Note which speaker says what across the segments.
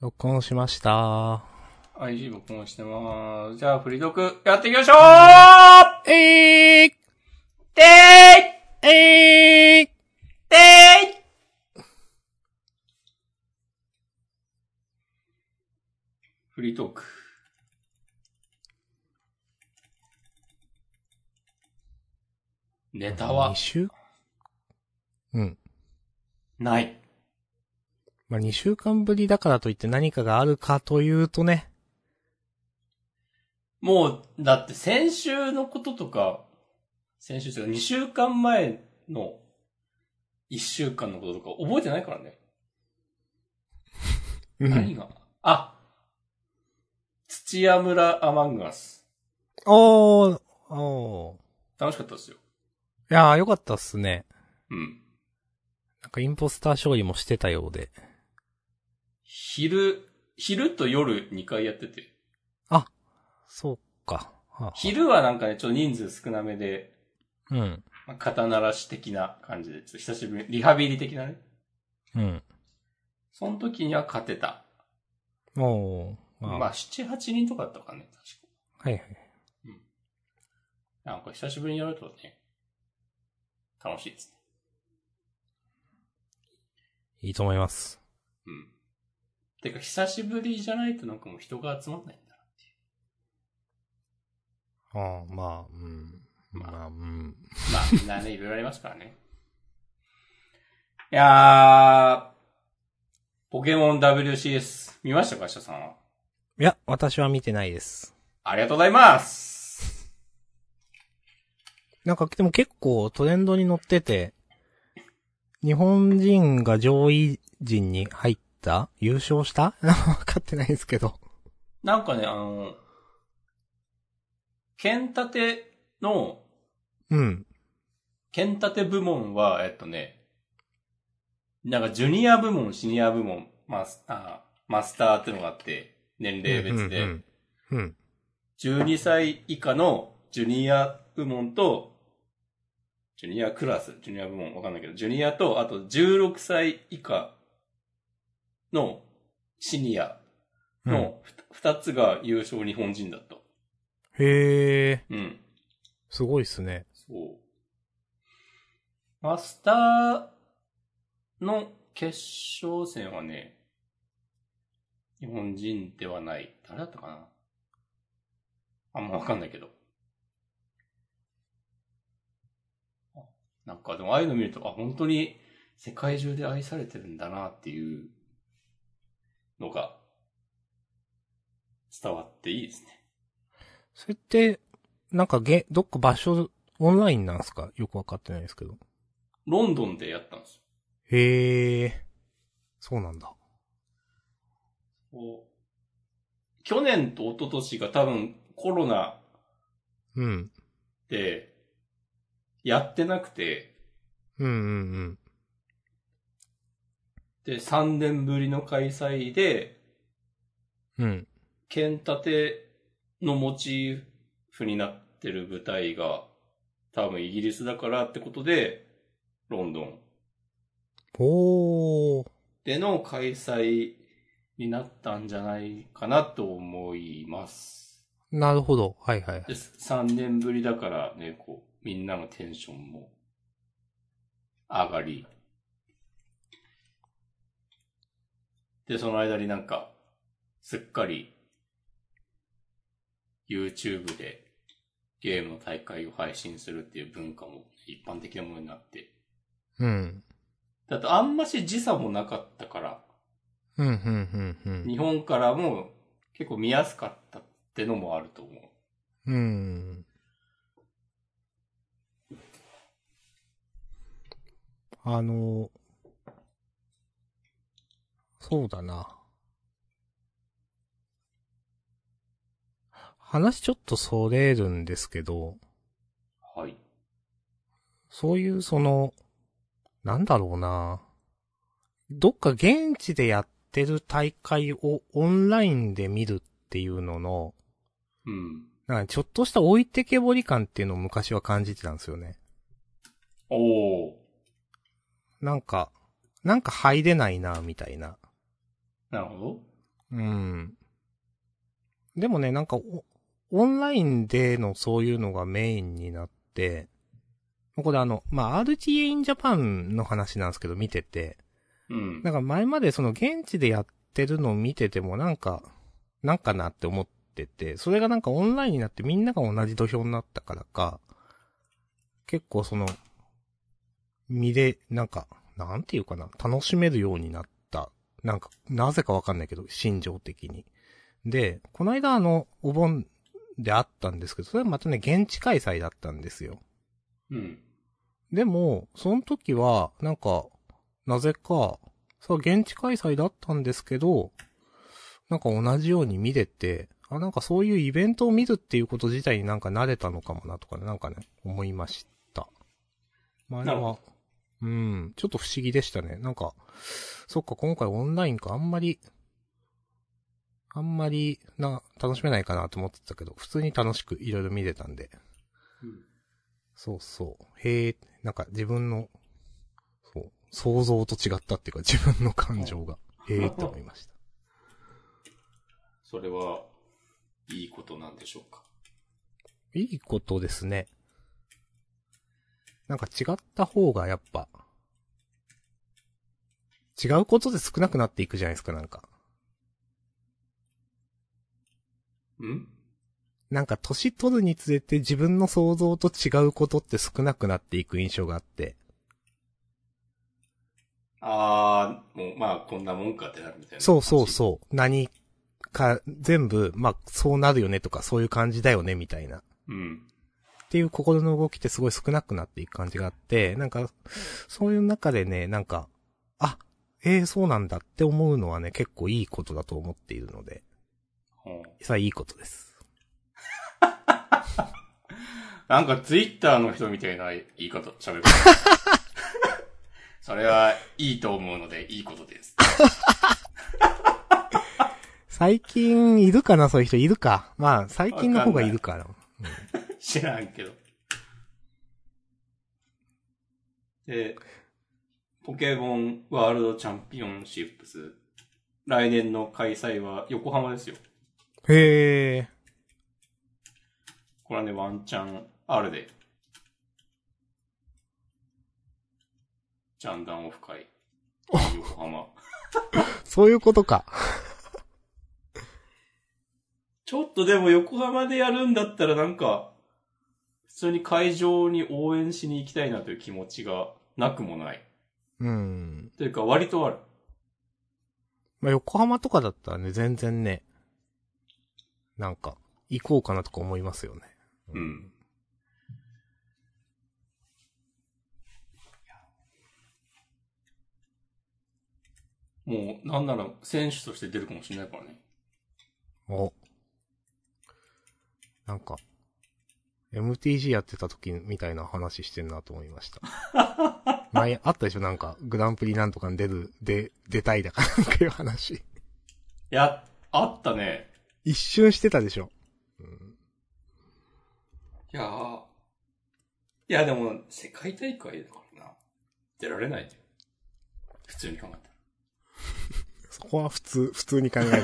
Speaker 1: 録音しました。
Speaker 2: IG 録音してまーす。じゃあ、フリードク、やっていきましょう
Speaker 1: えー、
Speaker 2: てーい
Speaker 1: えー、
Speaker 2: てーいフリートーク。ネタは
Speaker 1: 2週、うん。
Speaker 2: ない。
Speaker 1: まあ、2週間ぶりだからといって何かがあるかというとね。
Speaker 2: もう、だって先週のこととか、先週というか2週間前の1週間のこととか覚えてないからね。
Speaker 1: う
Speaker 2: 何
Speaker 1: ん。
Speaker 2: があ土屋村アマンガス。
Speaker 1: おー、お
Speaker 2: 楽しかったですよ。
Speaker 1: ー。いやー、よかったっすね。
Speaker 2: うん。
Speaker 1: なんかインポスター勝利もしてたようで。
Speaker 2: 昼、昼と夜2回やってて。
Speaker 1: そうか。はあはあ
Speaker 2: 昼はなんかね、ちょっと人数少なめで、
Speaker 1: うん。
Speaker 2: まあ、肩慣らし的な感じで、ちょっと久しぶり、リハビリ的なね。
Speaker 1: うん。
Speaker 2: その時には勝てた。
Speaker 1: おー。まあ、
Speaker 2: まあ、7、8人とかだったかね、確
Speaker 1: は
Speaker 2: か。
Speaker 1: いはい。
Speaker 2: なんか久しぶりにやるとね、楽しいですね。
Speaker 1: いいと思います。
Speaker 2: うん。てか、久しぶりじゃないとなんかもう人が集まんないんだ
Speaker 1: ああ、まあ、うん。
Speaker 2: まあ
Speaker 1: まあ、うん。
Speaker 2: な。まあ、みんなね、いろいろありますからね。いやー、ポケモン WCS 見ましたか、社さんは。
Speaker 1: いや、私は見てないです。
Speaker 2: ありがとうございます。
Speaker 1: なんか、でも結構トレンドに乗ってて、日本人が上位陣に入った優勝した わかってないですけど。
Speaker 2: なんかね、あの、剣立ての、
Speaker 1: うん。
Speaker 2: 剣立て部門は、えっとね、なんかジュニア部門、シニア部門、マスあマスターってのがあって、年齢別
Speaker 1: うん、う
Speaker 2: で
Speaker 1: んうん。うん。
Speaker 2: 12歳以下のジュニア部門と、ジュニアクラス、ジュニア部門わかんないけど、ジュニアと、あと16歳以下のシニアの2つが優勝日本人だった。
Speaker 1: へえ、
Speaker 2: うん。
Speaker 1: すごいっすね。
Speaker 2: そう。マスターの決勝戦はね、日本人ではない。誰だったかなあんまわかんないけど。あなんかでもああいうの見ると、あ、本当に世界中で愛されてるんだなっていうのが伝わっていいですね。
Speaker 1: それって、なんかげ、どっか場所、オンラインなんすかよくわかってないですけど。
Speaker 2: ロンドンでやったんですよ。
Speaker 1: へえ、そうなんだ。
Speaker 2: こう去年と一昨年が多分コロナ
Speaker 1: うん。
Speaker 2: でやってなくて、
Speaker 1: うんうん
Speaker 2: で、3年ぶりの開催で、
Speaker 1: うん。うん。
Speaker 2: 剣立てのモチーフになってる舞台が、多分イギリスだからってことで、ロンドン
Speaker 1: おー。
Speaker 2: での開催になったんじゃないかなと思います。
Speaker 1: なるほど。はいはいはい。
Speaker 2: で、3年ぶりだからね、こう、みんなのテンションも上がり。で、その間になんか、すっかり、YouTube でゲームの大会を配信するっていう文化も一般的なものになって。
Speaker 1: うん。
Speaker 2: だとあんまし時差もなかったから、
Speaker 1: うん、うん、うん、うん。
Speaker 2: 日本からも結構見やすかったってのもあると思う。
Speaker 1: うん。あの、そうだな。話ちょっとそれるんですけど、
Speaker 2: はい。
Speaker 1: そういうその、なんだろうな。どっか現地でやってる大会をオンラインで見るっていうのの、
Speaker 2: うん。
Speaker 1: なんかちょっとした置いてけぼり感っていうのを昔は感じてたんですよね。
Speaker 2: おー。
Speaker 1: なんか、なんか入れないな、みたいな。
Speaker 2: なるほど。
Speaker 1: うん。でもね、なんかお、オンラインでのそういうのがメインになって、これあの、まあ、RTA in Japan の話なんですけど、見てて、
Speaker 2: うん。
Speaker 1: なんか前までその現地でやってるのを見ててもなんか、なんかなって思ってて、それがなんかオンラインになってみんなが同じ土俵になったからか、結構その、見れ、なんか、なんていうかな、楽しめるようになった。なんか、なぜかわかんないけど、心情的に。で、この間あの、お盆であったんですけど、それはまたね、現地開催だったんですよ。
Speaker 2: うん。
Speaker 1: でも、その時は、なんか、なぜか、さあ、現地開催だったんですけど、なんか同じように見れて、あ、なんかそういうイベントを見るっていうこと自体になんか慣れたのかもなとかね、なんかね、思いました。前
Speaker 2: なるほ
Speaker 1: は、うん、ちょっと不思議でしたね。なんか、そっか、今回オンラインか、あんまり、あんまりな、楽しめないかなと思ってたけど、普通に楽しくいろいろ見れたんで、そうそう。へえ、なんか自分の、そう、想像と違ったっていうか自分の感情が、へえって思いました。
Speaker 2: それは、いいことなんでしょうか。
Speaker 1: いいことですね。なんか違った方がやっぱ、違うことで少なくなっていくじゃないですか、なんか。
Speaker 2: うん
Speaker 1: なんか年取るにつれて自分の想像と違うことって少なくなっていく印象があって。
Speaker 2: ああ、もう、まあ、こんなもんかってなるみたいな。
Speaker 1: そうそうそう。何か全部、まあそうなるよねとかそういう感じだよねみたいな。
Speaker 2: う。うん。
Speaker 1: っていう心の動きってすごい少なくなっていく感じがあって、なんか、そういう中でね、なんか、あ、えー、そうなんだって思うのはね、結構いいことだと思っているので、
Speaker 2: うん
Speaker 1: それはいいことです。
Speaker 2: なんか、ツイッターの人みたいな言い方、喋る。それは、いいと思うので、いいことです。
Speaker 1: 最近いるかなそういう人いるか。まあ、最近の方がいるから。
Speaker 2: 知らんけど。で、ポケモンワールドチャンピオンシップス、来年の開催は横浜ですよ。
Speaker 1: へえ。
Speaker 2: これはね、ワンチャンあるで。ジャンダンオフ会。横浜。
Speaker 1: そういうことか。
Speaker 2: ちょっとでも横浜でやるんだったらなんか、普通に会場に応援しに行きたいなという気持ちがなくもない。
Speaker 1: うん。
Speaker 2: というか割とある。
Speaker 1: まあ、横浜とかだったらね、全然ね、なんか、行こうかなとか思いますよね。
Speaker 2: うん。もう、なんなら選手として出るかもしれないからね。
Speaker 1: お。なんか、MTG やってた時みたいな話してんなと思いま した。前あったでしょなんか、グランプリなんとかに出る、で、出たいだかなんかいう話。
Speaker 2: いや、あったね。
Speaker 1: 一瞬してたでしょ
Speaker 2: いやーいや、でも、世界大会だからな。出られないよ普通に考えたら。
Speaker 1: そこは普通、普通に考 える。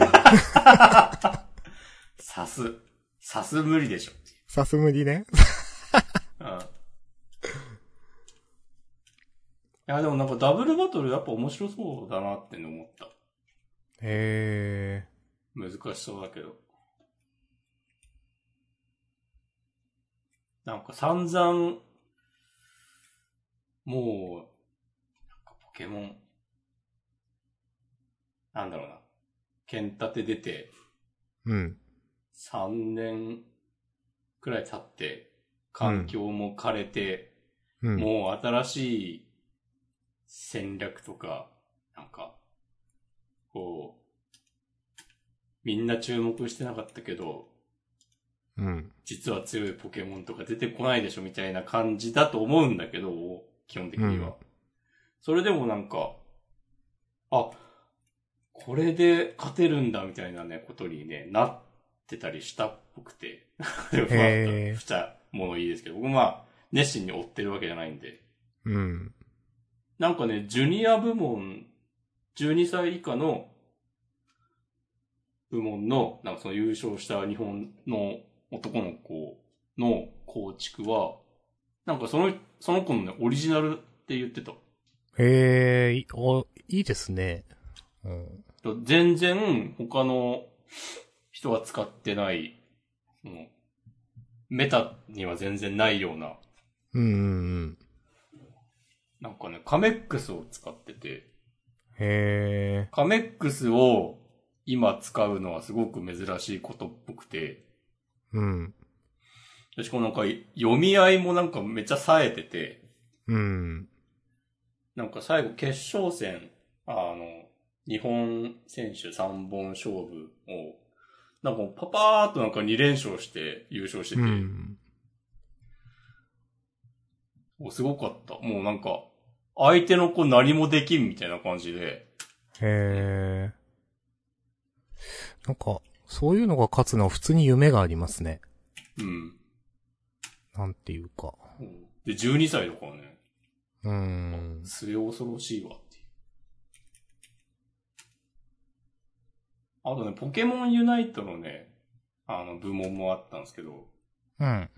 Speaker 2: さす。さす無理でしょ。
Speaker 1: さすむりね。
Speaker 2: うん。いや、でもなんかダブルバトルやっぱ面白そうだなって思った。
Speaker 1: へ
Speaker 2: 難しそうだけど。なんか散々、もう、なんかポケモン、なんだろうな。剣立て出て、
Speaker 1: ー。うん。
Speaker 2: 3年くらい経って、環境も枯れて、
Speaker 1: うん。
Speaker 2: もう新しい戦略とか、なんか、こう、みんな注目してなかったけど、
Speaker 1: うん。
Speaker 2: 実は強いポケモンとか出てこないでしょみたいな感じだと思うんだけど、基本的には。
Speaker 1: うん
Speaker 2: それでもなんか、あ、これで勝てるんだみたいなね、ことにね、なってたりしたっぽくて。 でもま
Speaker 1: へー
Speaker 2: あ、ふちゃものいいですけど、僕まあ、熱心に追ってるわけじゃないんで。
Speaker 1: うん。
Speaker 2: なんかね、ジュニア部門、12歳以下の部門の、なんかその優勝した日本の男の子の構築は、なんかその、その子のね、オリジナルって言ってた。
Speaker 1: へえ、いお、いいですね。うん。
Speaker 2: 全然他の人が使ってない、そのメタには全然ないような、
Speaker 1: うんうんうん。
Speaker 2: なんかね、カメックスを使ってて、
Speaker 1: へえ、
Speaker 2: カメックスを今使うのはすごく珍しいことっぽくて、
Speaker 1: うん。
Speaker 2: しかもなんか読み合いもなんかめっちゃ冴えてて、
Speaker 1: うん。
Speaker 2: なんか最後決勝戦、あの、日本選手3本勝負を、なんかもうパパーっとなんか2連勝して優勝して
Speaker 1: う
Speaker 2: て、
Speaker 1: ん。
Speaker 2: お、すごかった。もうなんか、相手の子何もできんみたいな感じで。
Speaker 1: へえ。なんか、そういうのが勝つのは普通に夢がありますね。
Speaker 2: うん。
Speaker 1: なんていうか。
Speaker 2: で、12歳だからね。
Speaker 1: うん。
Speaker 2: 末恐ろしいわっていう。あとね、ポケモンユナイトのね、あの、部門もあったんですけど、
Speaker 1: うん。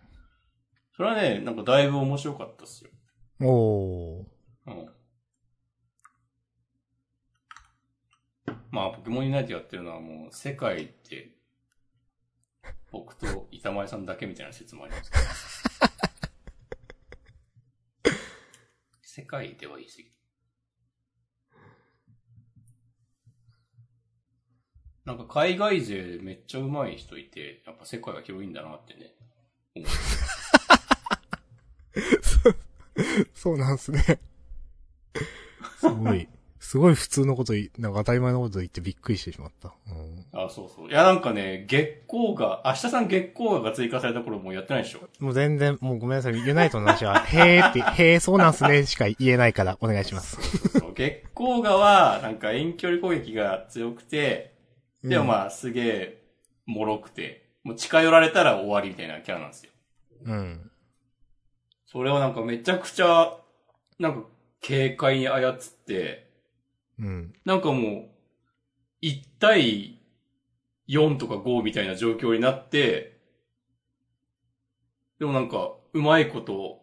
Speaker 2: それはね、なんかだいぶ面白かったっすよ。
Speaker 1: おー。
Speaker 2: うん。まあ、ポケモンユナイトやってるのはもう、世界って、僕と板前さんだけみたいな説もありますけど。世界では言い過ぎ。なんか海外勢めっちゃ上手い人いて、やっぱ世界は広いんだなってね。思う
Speaker 1: そうなんすね。すごい、すごい普通のことい、なんか当たり前のこと言ってびっくりしてしまった。うん、
Speaker 2: あ、そうそう。いや、なんかね、月光が、明日さん月光が追加された頃もうやってないでしょ
Speaker 1: もう全然、もうごめんなさい。ユナイトの話は、へーって、 へーそうなんすねしか言えないから、お願いします。
Speaker 2: そう月光河は、なんか遠距離攻撃が強くて、でも
Speaker 1: あ、
Speaker 2: まあ、すげえ、脆くて、もう近寄られたら終わりみたいなキャラなんですよ。
Speaker 1: うん。
Speaker 2: それをなんかめちゃくちゃ、なんか、軽快に操って、
Speaker 1: うん。
Speaker 2: なんかもう、1対4とか5みたいな状況になって、でもなんか、うまいこと、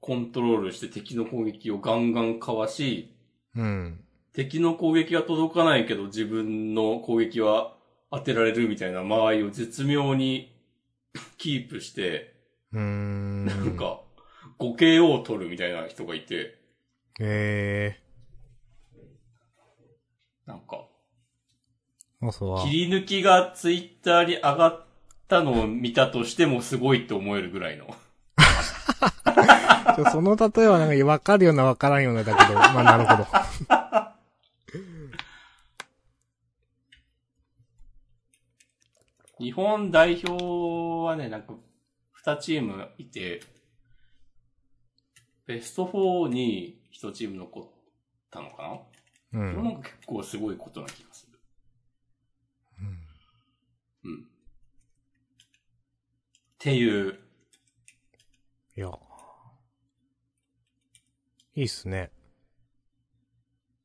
Speaker 2: コントロールして敵の攻撃をガンガンかわし、
Speaker 1: うん。
Speaker 2: 敵の攻撃は届かないけど自分の攻撃は当てられるみたいな間合いを絶妙に キープして、
Speaker 1: うーん。
Speaker 2: なん。か、5KO を取るみたいな人がいて、
Speaker 1: へ
Speaker 2: なんか、
Speaker 1: ー。もうそうは。
Speaker 2: 切り抜きがツイッターに上がったのを見たとしてもすごいって思えるぐらいの。
Speaker 1: ちょその例えはなんか、わかるようなわからんようなだけど、まあなるほど。
Speaker 2: 日本代表はね、なんか、2チームいて、ベスト4に1チーム残ったのかな
Speaker 1: う
Speaker 2: それなん
Speaker 1: ん。
Speaker 2: か結構すごいことな気がする。うん。っていう、
Speaker 1: いや。いいっすね。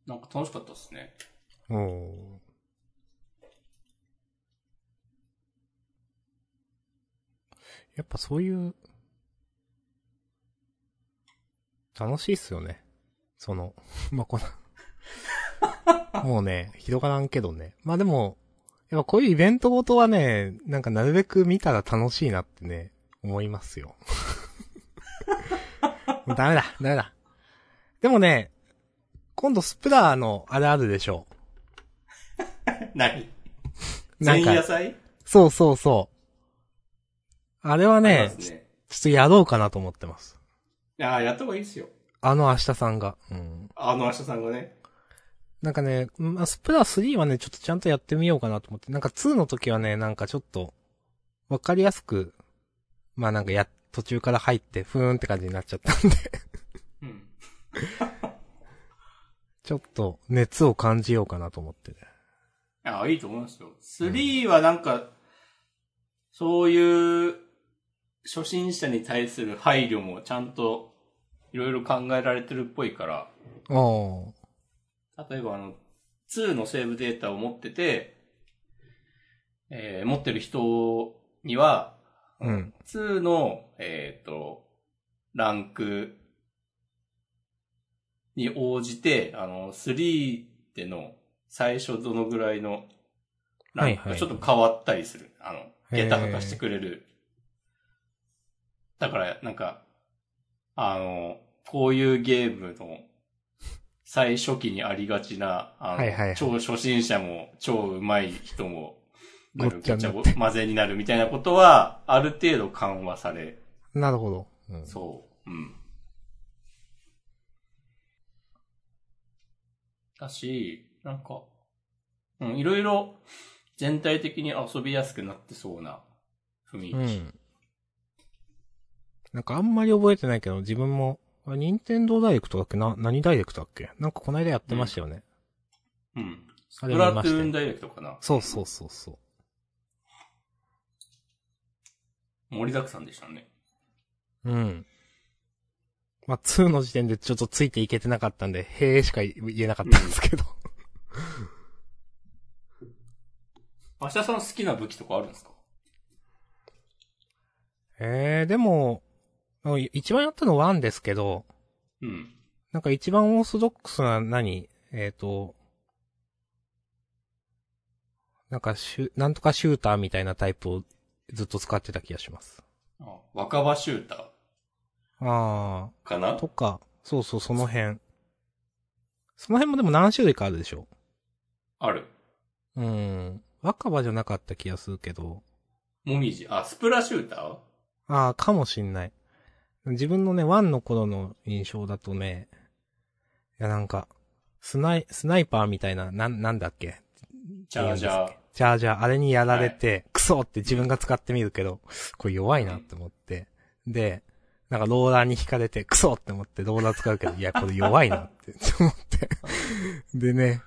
Speaker 2: なんか楽しかったですね。
Speaker 1: おー。やっぱそういう、楽しいっすよね。その、 まあ、この、もうね、広がらんけどね。まあ、でも、やっぱこういうイベントごとはね、なんかなるべく見たら楽しいなってね、思いますよ。 もうダメだ、ダメだ。でもね、今度スプラーのあるあるでしょ
Speaker 2: 何
Speaker 1: う。な
Speaker 2: 前
Speaker 1: ん
Speaker 2: 夜
Speaker 1: か、
Speaker 2: 祭
Speaker 1: そうそうそう。あれは
Speaker 2: あり
Speaker 1: ね
Speaker 2: ま、すね。
Speaker 1: ちょっとやろうかなと思ってます。
Speaker 2: ああ、やった方がいいっすよ。
Speaker 1: あの明日さんが。うん。
Speaker 2: あの、明日さんがね。
Speaker 1: なんかね、まあ、スプラ3はね、ちょっとちゃんとやってみようかなと思って、なんか2の時はね、なんかちょっと、わかりやすく、まあなんかや、途中から入って、ふーんって感じになっちゃったんで、
Speaker 2: うん。
Speaker 1: ちょっと熱を感じようかなと思ってね。
Speaker 2: ああ、いいと思いますよ。3はなんか、そういう、初心者に対する配慮もちゃんと、いろいろ考えられてるっぽいから、
Speaker 1: おー。
Speaker 2: 例えばあの、2のセーブデータを持ってて、えー持ってる人には、
Speaker 1: うん。
Speaker 2: 2の、えっ、と、ランクに応じて、あの、3での最初どのぐらいのランク
Speaker 1: はいは
Speaker 2: が
Speaker 1: い
Speaker 2: ちょっと変わったりする。あの、
Speaker 1: へー
Speaker 2: 下駄とかしてくれる。だから、なんか、あの、こういうゲームの最初期にありがちな、あの、
Speaker 1: はいはいはい
Speaker 2: 超初心者も超上手い人も、
Speaker 1: ごっちゃになって
Speaker 2: ごっちゃご混ぜになるみたいなことは、ある程度緩和され、
Speaker 1: なるほど。うん、
Speaker 2: そう。うん。だし、なんか、うん、いろいろ全体的に遊びやすくなってそうな雰囲気。
Speaker 1: ん。なんかあんまり覚えてないけど、自分も、あ任天堂ダイレクトだっけな、何ダイレクトだっけなんかこの間やってましたよね。
Speaker 2: うん。
Speaker 1: あ
Speaker 2: プ
Speaker 1: れ
Speaker 2: ラ
Speaker 1: 見
Speaker 2: ト
Speaker 1: ま
Speaker 2: ゥ
Speaker 1: した
Speaker 2: ーン
Speaker 1: よ。
Speaker 2: ダイレクトかな。
Speaker 1: そうそうそうそう。
Speaker 2: 盛りだくさんでしたね。
Speaker 1: うん。まあ、2の時点でちょっとついていけてなかったんで、へえしか言えなかったんですけど。
Speaker 2: 明日さん好きな武器とかあるんですか
Speaker 1: えー、でも、もう一番やったの1ですけど、
Speaker 2: うん。
Speaker 1: なんか一番オーソドックスな何えっ、と、なんかシュ、なんとかシューターみたいなタイプをずっと使ってた気がします。
Speaker 2: あ若葉シューター
Speaker 1: あ
Speaker 2: かな
Speaker 1: ー、とか、そうそう、その辺。その辺もでも何種類かあるでしょ
Speaker 2: ある。
Speaker 1: うん。若葉じゃなかった気がするけど、
Speaker 2: もみじ。あ、スプラシューター
Speaker 1: ああ、かもしんない。自分のね、ワンの頃の印象だとね、いやなんか、スナイ、スナイパーみたいな、なん、なんだっけ
Speaker 2: チャージ
Speaker 1: なん
Speaker 2: ャー
Speaker 1: です。チャージャー、あれにやられて、クソって自分が使ってみるけど、これ弱いなって思って。で、なんかローラーに引かれて、クソって思ってローラー使うけど、いや、これ弱いなって 思って。でね、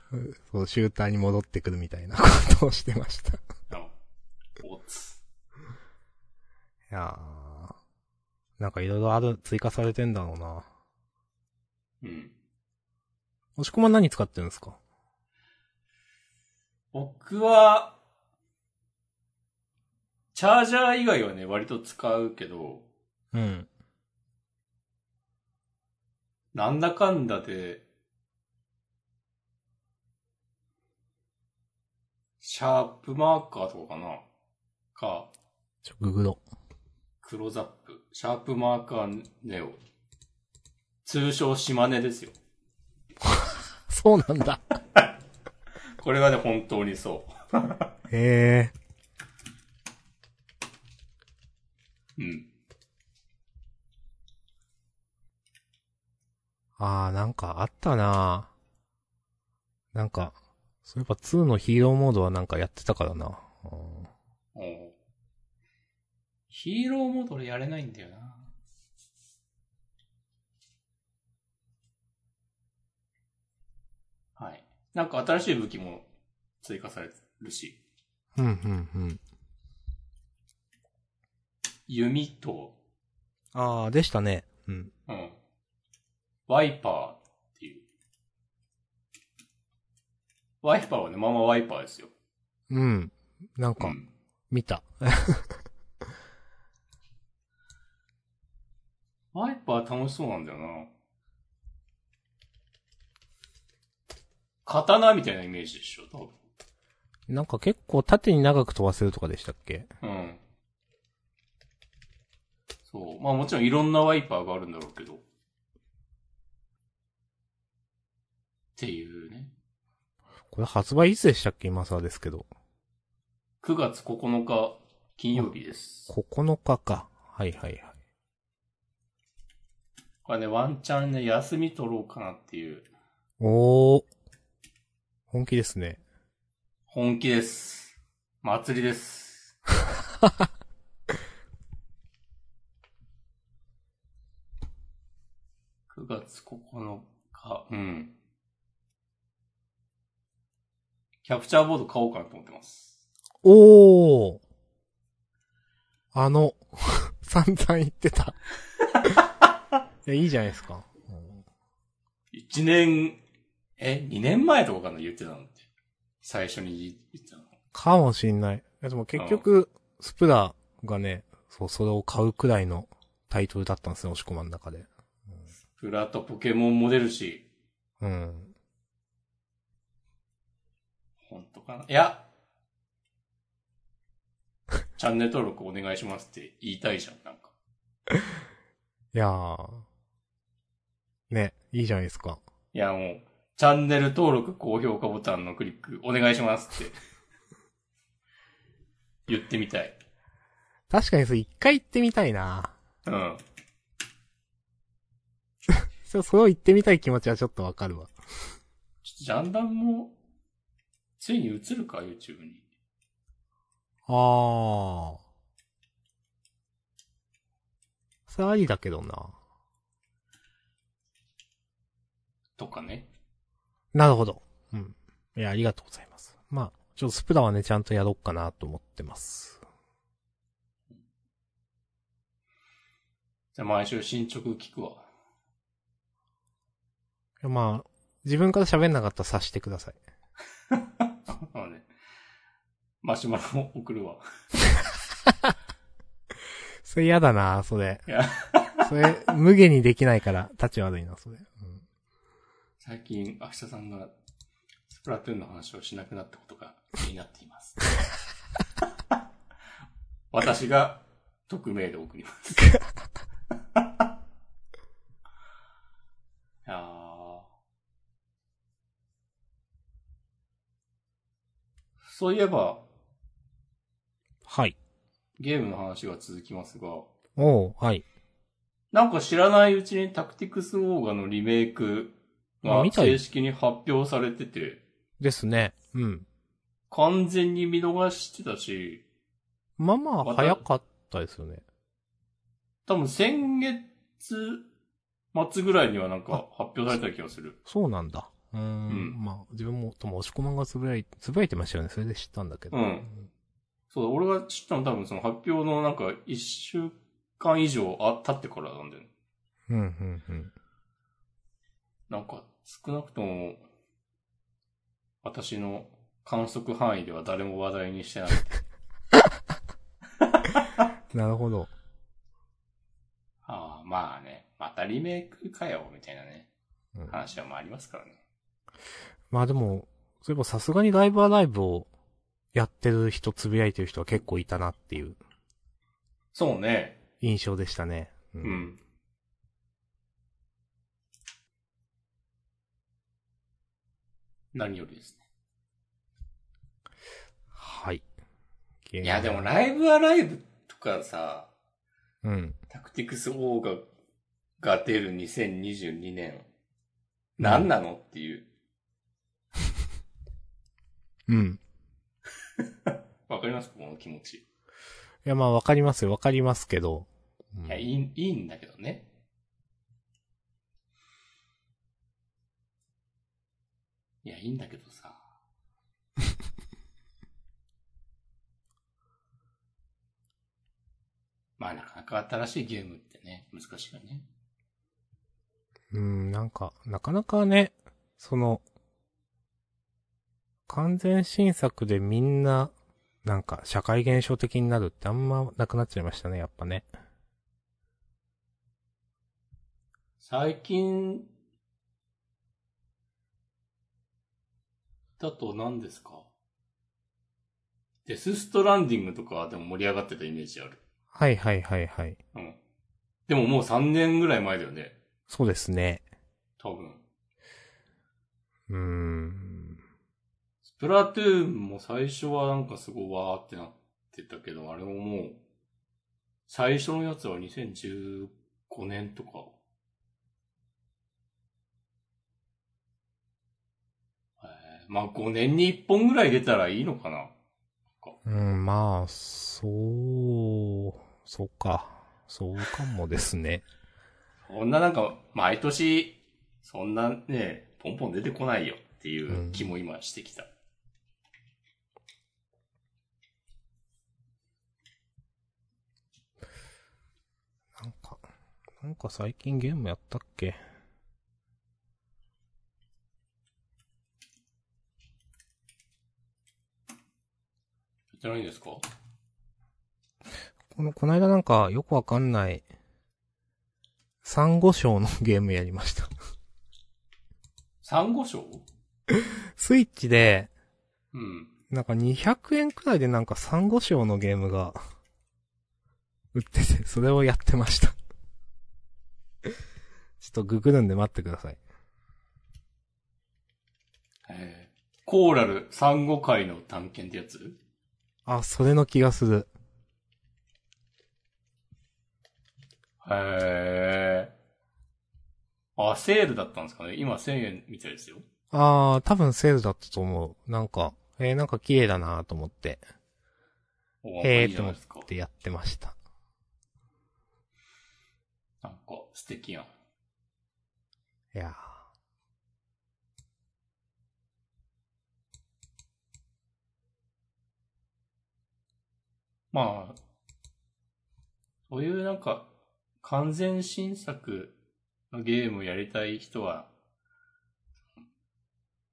Speaker 1: そう、シューターに戻ってくるみたいなことをしてました。い
Speaker 2: あおつ。
Speaker 1: やー、なんかいろいろある、追加されてんだろうな。
Speaker 2: うん。
Speaker 1: 押し込まん何使ってるんですか
Speaker 2: 僕は、チャージャー以外はね、割と使うけど、
Speaker 1: うん。
Speaker 2: なんだかんだで、シャープマーカーとかかなか、
Speaker 1: ちょ、ググロ。
Speaker 2: クローズアップ。シャープマーカーネオ。通称島根ですよ。
Speaker 1: そうなんだ。
Speaker 2: これがね、本当にそ
Speaker 1: へえ。
Speaker 2: う。うん。
Speaker 1: あー、なんかあったななんか、そういえば2のヒーローモードはなんかやってたからな。うん
Speaker 2: おうヒーローモード俺やれないんだよな。はい。なんか新しい武器も追加されるし、
Speaker 1: うん、うん、うん。
Speaker 2: 弓と、
Speaker 1: あー、でしたね。うん。
Speaker 2: うん。ワイパーっていう。ワイパーはね、まんまワイパーですよ。
Speaker 1: うん。なん
Speaker 2: う
Speaker 1: か、
Speaker 2: ん。
Speaker 1: 見た。
Speaker 2: ワイパー楽しそうなんだよな。刀みたいなイメージでしょ、多分。
Speaker 1: なんか結構縦に長く飛ばせるとかでしたっけ
Speaker 2: うん。そう。まあもちろんいろんなワイパーがあるんだろうけど。っていうね。
Speaker 1: これ発売いつでしたっけ今更ですけど。
Speaker 2: 9月9日金曜日です。
Speaker 1: 9日か。はいはいはい。
Speaker 2: これね、ワンチャンね、休み取ろうかなっていう。
Speaker 1: おー。本気ですね。
Speaker 2: 本気です。祭りです。9月9日、うん。キャプチャーボード買おうかなと思ってます。
Speaker 1: おーあの、 散々言ってた。いや、いいじゃないですか。うん
Speaker 2: 1年、え、2年前とかかな言ってたのって。最初に言ってたの。
Speaker 1: かもしんない。やでも結局、スプラがね、そう、それを買うくらいのタイトルだったんですね、押し込まん中で。
Speaker 2: フラとポケモンも出るし、
Speaker 1: うん。
Speaker 2: 本当かないや、 チャンネル登録お願いしますって言いたいじゃん、なんか。
Speaker 1: いやー。ね、いいじゃないですか。
Speaker 2: いや、もう、チャンネル登録、高評価ボタンのクリックお願いしますって 言ってみたい。
Speaker 1: 確かにそれ一回行ってみたいな。
Speaker 2: うん。
Speaker 1: そそれを行ってみたい気持ちはちょっとわかるわ。
Speaker 2: ちょっとジャンダンも、ついに移るか、YouTube に。
Speaker 1: あー。それありだけどな。
Speaker 2: とかね。
Speaker 1: なるほど。うん。いや、ありがとうございます。まあ、ちょっとスプラはね、ちゃんとやろうかなと思ってます。
Speaker 2: じゃあ毎週進捗聞くわ。
Speaker 1: いやまあ、自分から喋んなかったら察してください。
Speaker 2: なので、マシュマロも送るわ。
Speaker 1: それ嫌だな、それ
Speaker 2: いや。
Speaker 1: それ、無限にできないから、立ち悪いな、それ。うん
Speaker 2: 最近、明日さんが、スプラトゥーンの話をしなくなったことが気になって います。私が、匿名で送ります。いやーそういえば、
Speaker 1: はい。
Speaker 2: ゲームの話が続きますが、
Speaker 1: おう、はい。
Speaker 2: なんか知らないうちにタクティクスウォーガのリメイク
Speaker 1: あ
Speaker 2: が
Speaker 1: 見たい
Speaker 2: 正式に発表されてて、
Speaker 1: ですね。うん。
Speaker 2: 完全に見逃してたし、
Speaker 1: まあまあ、
Speaker 2: また
Speaker 1: 早かったですよね。
Speaker 2: 多分先月末ぐらいにはなんか発表された気がする。
Speaker 1: そうなんだ。うーん,、
Speaker 2: うん
Speaker 1: まあ、自分も、とも押し込まんがつぶやい、つぶやいてましたよね。それで知ったんだけど。
Speaker 2: うんそう、俺が知ったの多分その発表のなんか一週間以上あ経ってからなんだよね。
Speaker 1: うん、うん、うん。
Speaker 2: なんか少なくとも、私の観測範囲では誰も話題にし てない。
Speaker 1: なるほど。
Speaker 2: ああ、まあね、またリメイクかよ、みたいなね、
Speaker 1: うん
Speaker 2: 話はまあありますからね。
Speaker 1: まあでも、そういえばさすがにライブアライブをやってる人、つぶやいてる人は結構いたなっていう
Speaker 2: そうね。
Speaker 1: 印象でしたね。う
Speaker 2: う。ん。何よりです
Speaker 1: はい。ゲー
Speaker 2: ね。
Speaker 1: ム
Speaker 2: いや、でも、ライブアライブとかさ、
Speaker 1: うん。
Speaker 2: タクティクスオーガが出る2022年、何なのっていう。
Speaker 1: うん。
Speaker 2: わかりますこの気持ち。
Speaker 1: いや、まあわかりますよ。わかりますけど。うん
Speaker 2: いや、いい、いいんだけどね。いや、いいんだけ どさ。まあ、なかなか新しいゲームってね、難しいよね。
Speaker 1: うん、なんか、なかなかね、その、完全新作でみんな、なんか、社会現象的になるってあんまなくなっちゃいましたね、やっぱね。
Speaker 2: 最近、だと何ですかデスストランディングとかでも盛り上がってたイメージある。
Speaker 1: はいはいはいはい。
Speaker 2: うん。でももう3年ぐらい前だよね。
Speaker 1: そうですね。
Speaker 2: 多分。
Speaker 1: うーん。
Speaker 2: スプラトゥーンも最初はなんかすごいわーってなってたけど、あれももう、最初のやつは2015年とか。えーまあ5年に1本ぐらい出たらいいのかな。
Speaker 1: うん、まあ、そう、そうか。そうかもですね。
Speaker 2: そんななんか、毎年、そんなね、ポンポン出てこないよっていう気も今してきた。
Speaker 1: なんか、なんか最近ゲームやったっけ
Speaker 2: ちょっじゃないんですか
Speaker 1: この、こないだなんかよくわかんない、サンゴ礁のゲームやりました。
Speaker 2: サンゴ礁
Speaker 1: スイッチで、
Speaker 2: うん。
Speaker 1: なんか200円くらいでなんかサンゴ礁のゲームが、売ってて、それをやってました。ち ょっとググるんで待ってください。
Speaker 2: えーコーラル、サンゴ界の探検ってやつ
Speaker 1: あ、それの気がする。
Speaker 2: へーあ、セールだったんですかね今1000円みたいですよ。
Speaker 1: あー、多分セールだったと思う。なんか、えー、なんか綺麗だなと思って、
Speaker 2: お
Speaker 1: へー
Speaker 2: いいじゃないですか。
Speaker 1: でやってました。
Speaker 2: なんか、素敵やん。
Speaker 1: いや
Speaker 2: まあ、そういうなんか、完全新作のゲームやりたい人は、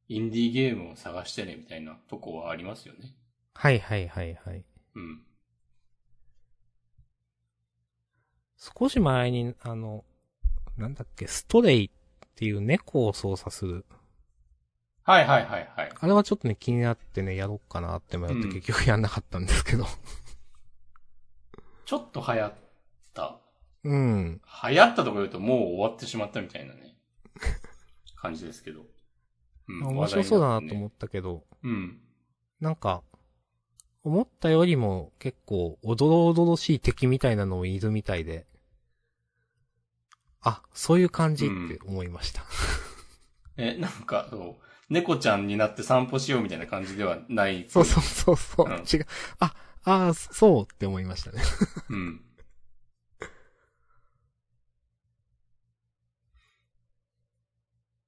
Speaker 2: インディーゲームを探してね、みたいなとこはありますよね。
Speaker 1: ーはいはいはいはい。
Speaker 2: うん。
Speaker 1: 少し前に、あの、なんだっけ、ストレイっていう猫を操作する。
Speaker 2: はいはいはいはい。
Speaker 1: あれはちょっとね、気になってね、やろうかなって迷って
Speaker 2: うん
Speaker 1: 結局やんなかったんですけど。
Speaker 2: ちょっと流行った。
Speaker 1: うん。
Speaker 2: 流行ったとか言うともう終わってしまったみたいなね。感じですけど。うん
Speaker 1: 面白そうだなと
Speaker 2: 話題に
Speaker 1: 思
Speaker 2: っ
Speaker 1: ったけど、
Speaker 2: てねうん。
Speaker 1: なんか、思ったよりも結構、おどろおどろしい敵みたいなのもいるみたいで、あ、そういう感じって思いま した。
Speaker 2: え、なんか、そう、猫ちゃんになって散歩しようみたいな感じではない。
Speaker 1: そうそうそうそう、
Speaker 2: うん
Speaker 1: 違う。あ、ああ、そうって思いましたね。
Speaker 2: うん。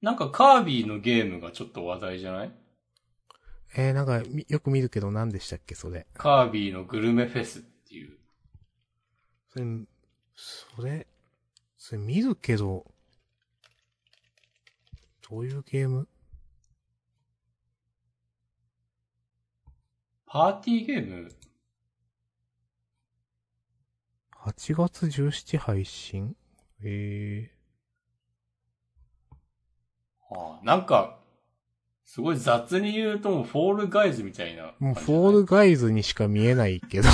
Speaker 2: なんかカービィのゲームがちょっと話題じゃない
Speaker 1: えー、なんか、みよく見るけど何でしたっけ、それ。
Speaker 2: カービィのグルメフェスっていう。
Speaker 1: それ、それ、それ見るけど、どういうゲーム
Speaker 2: パーティーゲーム
Speaker 1: ?8 月17配信え
Speaker 2: ああなんか、すごい雑に言うともうフォールガイズみたいな感
Speaker 1: えもう
Speaker 2: じ
Speaker 1: フ
Speaker 2: じゃない
Speaker 1: ォールガイズにしか見えないけど。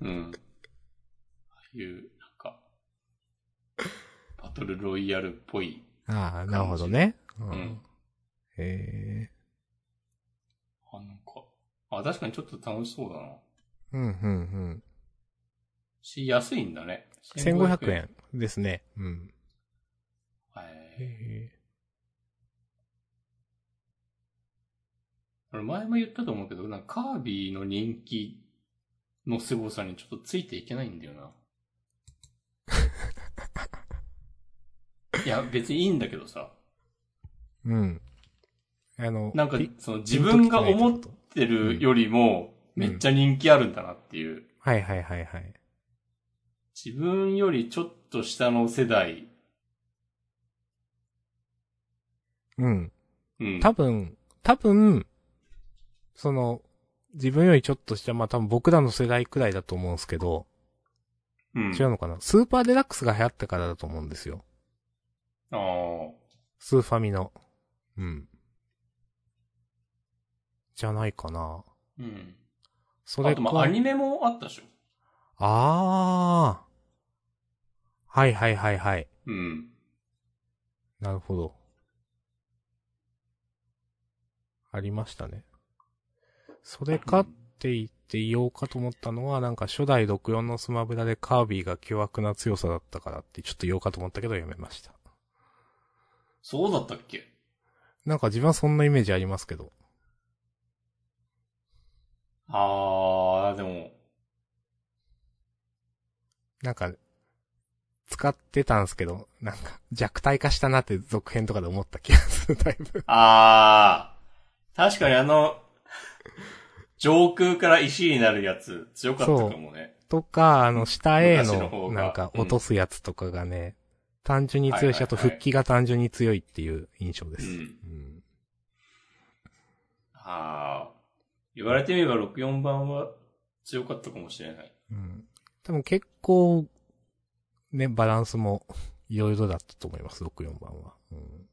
Speaker 2: うん。ああいう、なんか、バトルロイヤルっぽい。
Speaker 1: ああ、なるほどね。う
Speaker 2: うん。。
Speaker 1: へえ。
Speaker 2: あ、なんか、あ、確かにちょっと楽しそうだな。
Speaker 1: うん、うん、
Speaker 2: し、安いんだね。
Speaker 1: うん。1500。円ですね。うん。
Speaker 2: はい。
Speaker 1: へ
Speaker 2: これ前も言ったと思うけど、なんかカービィの人気の凄さにちょっとついていけないんだ よな。いや、別にいいんだけどさ。
Speaker 1: え。うん。あの、
Speaker 2: なんか
Speaker 1: ピ、
Speaker 2: その自分が思っ
Speaker 1: ピンとき
Speaker 2: てるよりも、
Speaker 1: うん
Speaker 2: めっちゃ人気あるんだなっていう。
Speaker 1: ないってことはいはいはいはい。
Speaker 2: 自分よりちょっと下の世代。
Speaker 1: うん。
Speaker 2: うん。
Speaker 1: 多分、多分、その、自分よりちょっとした、まあ多分僕らの世代くらいだと思うんですけど、
Speaker 2: うん。
Speaker 1: 違うのかなスーパーデラックスが流行ってからだと思うんですよ。
Speaker 2: ああ。
Speaker 1: スーファミの。うん。じゃないかな。
Speaker 2: うん。
Speaker 1: そ
Speaker 2: あ
Speaker 1: れ
Speaker 2: と、
Speaker 1: か。
Speaker 2: まあ、アニメもあったでしょ。
Speaker 1: ああ。はいはいはいはい。
Speaker 2: うん。
Speaker 1: なるほど。ありましたね。それかって言って言おうかと思ったのは、なんか初代64のスマブラでカービィが凶悪な強さだったからってちょっと言おうかと思ったけどやめました。
Speaker 2: そうだったっけ
Speaker 1: なんか自分はそんなイメージありますけど。
Speaker 2: ああ、でも、
Speaker 1: なんか、使ってたんすけど、なんか弱体化したなって続編とかで思った気がする、だいぶ。
Speaker 2: ああ、確かにあの、上空から石になるやつ強かったかもね。
Speaker 1: とか、あの、下 A
Speaker 2: 昔の方
Speaker 1: の、
Speaker 2: が
Speaker 1: なんか、落とすやつとかがね、単純に強いし、
Speaker 2: はいはいはい
Speaker 1: あと復帰が単純に強いっていう印象で
Speaker 2: う
Speaker 1: す。
Speaker 2: ん。
Speaker 1: うん
Speaker 2: ああ、言われてみれば64番は強かったかもしれない。
Speaker 1: うん。多分結構、ね、バランスも いろいろだったと思います、64番は。うん。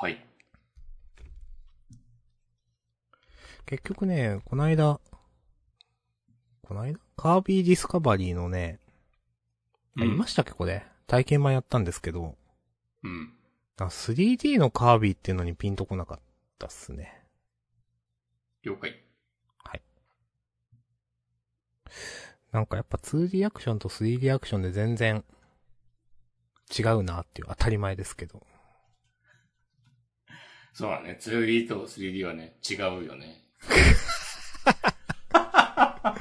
Speaker 2: はい。
Speaker 1: 結局ね、こないだ、こないだカービィディスカバリーのね、ありましたっけ、これ。体験版やったんですけど、
Speaker 2: うん。
Speaker 1: あ 3D のカービィっていうのにピンとこなかったっすね。
Speaker 2: 了解。
Speaker 1: なんかやっぱ 2D アクションと 3D アクションで全然違うなっていう当たり前ですけど。
Speaker 2: そうだね。2D と 3D はね、違うよね。
Speaker 1: あ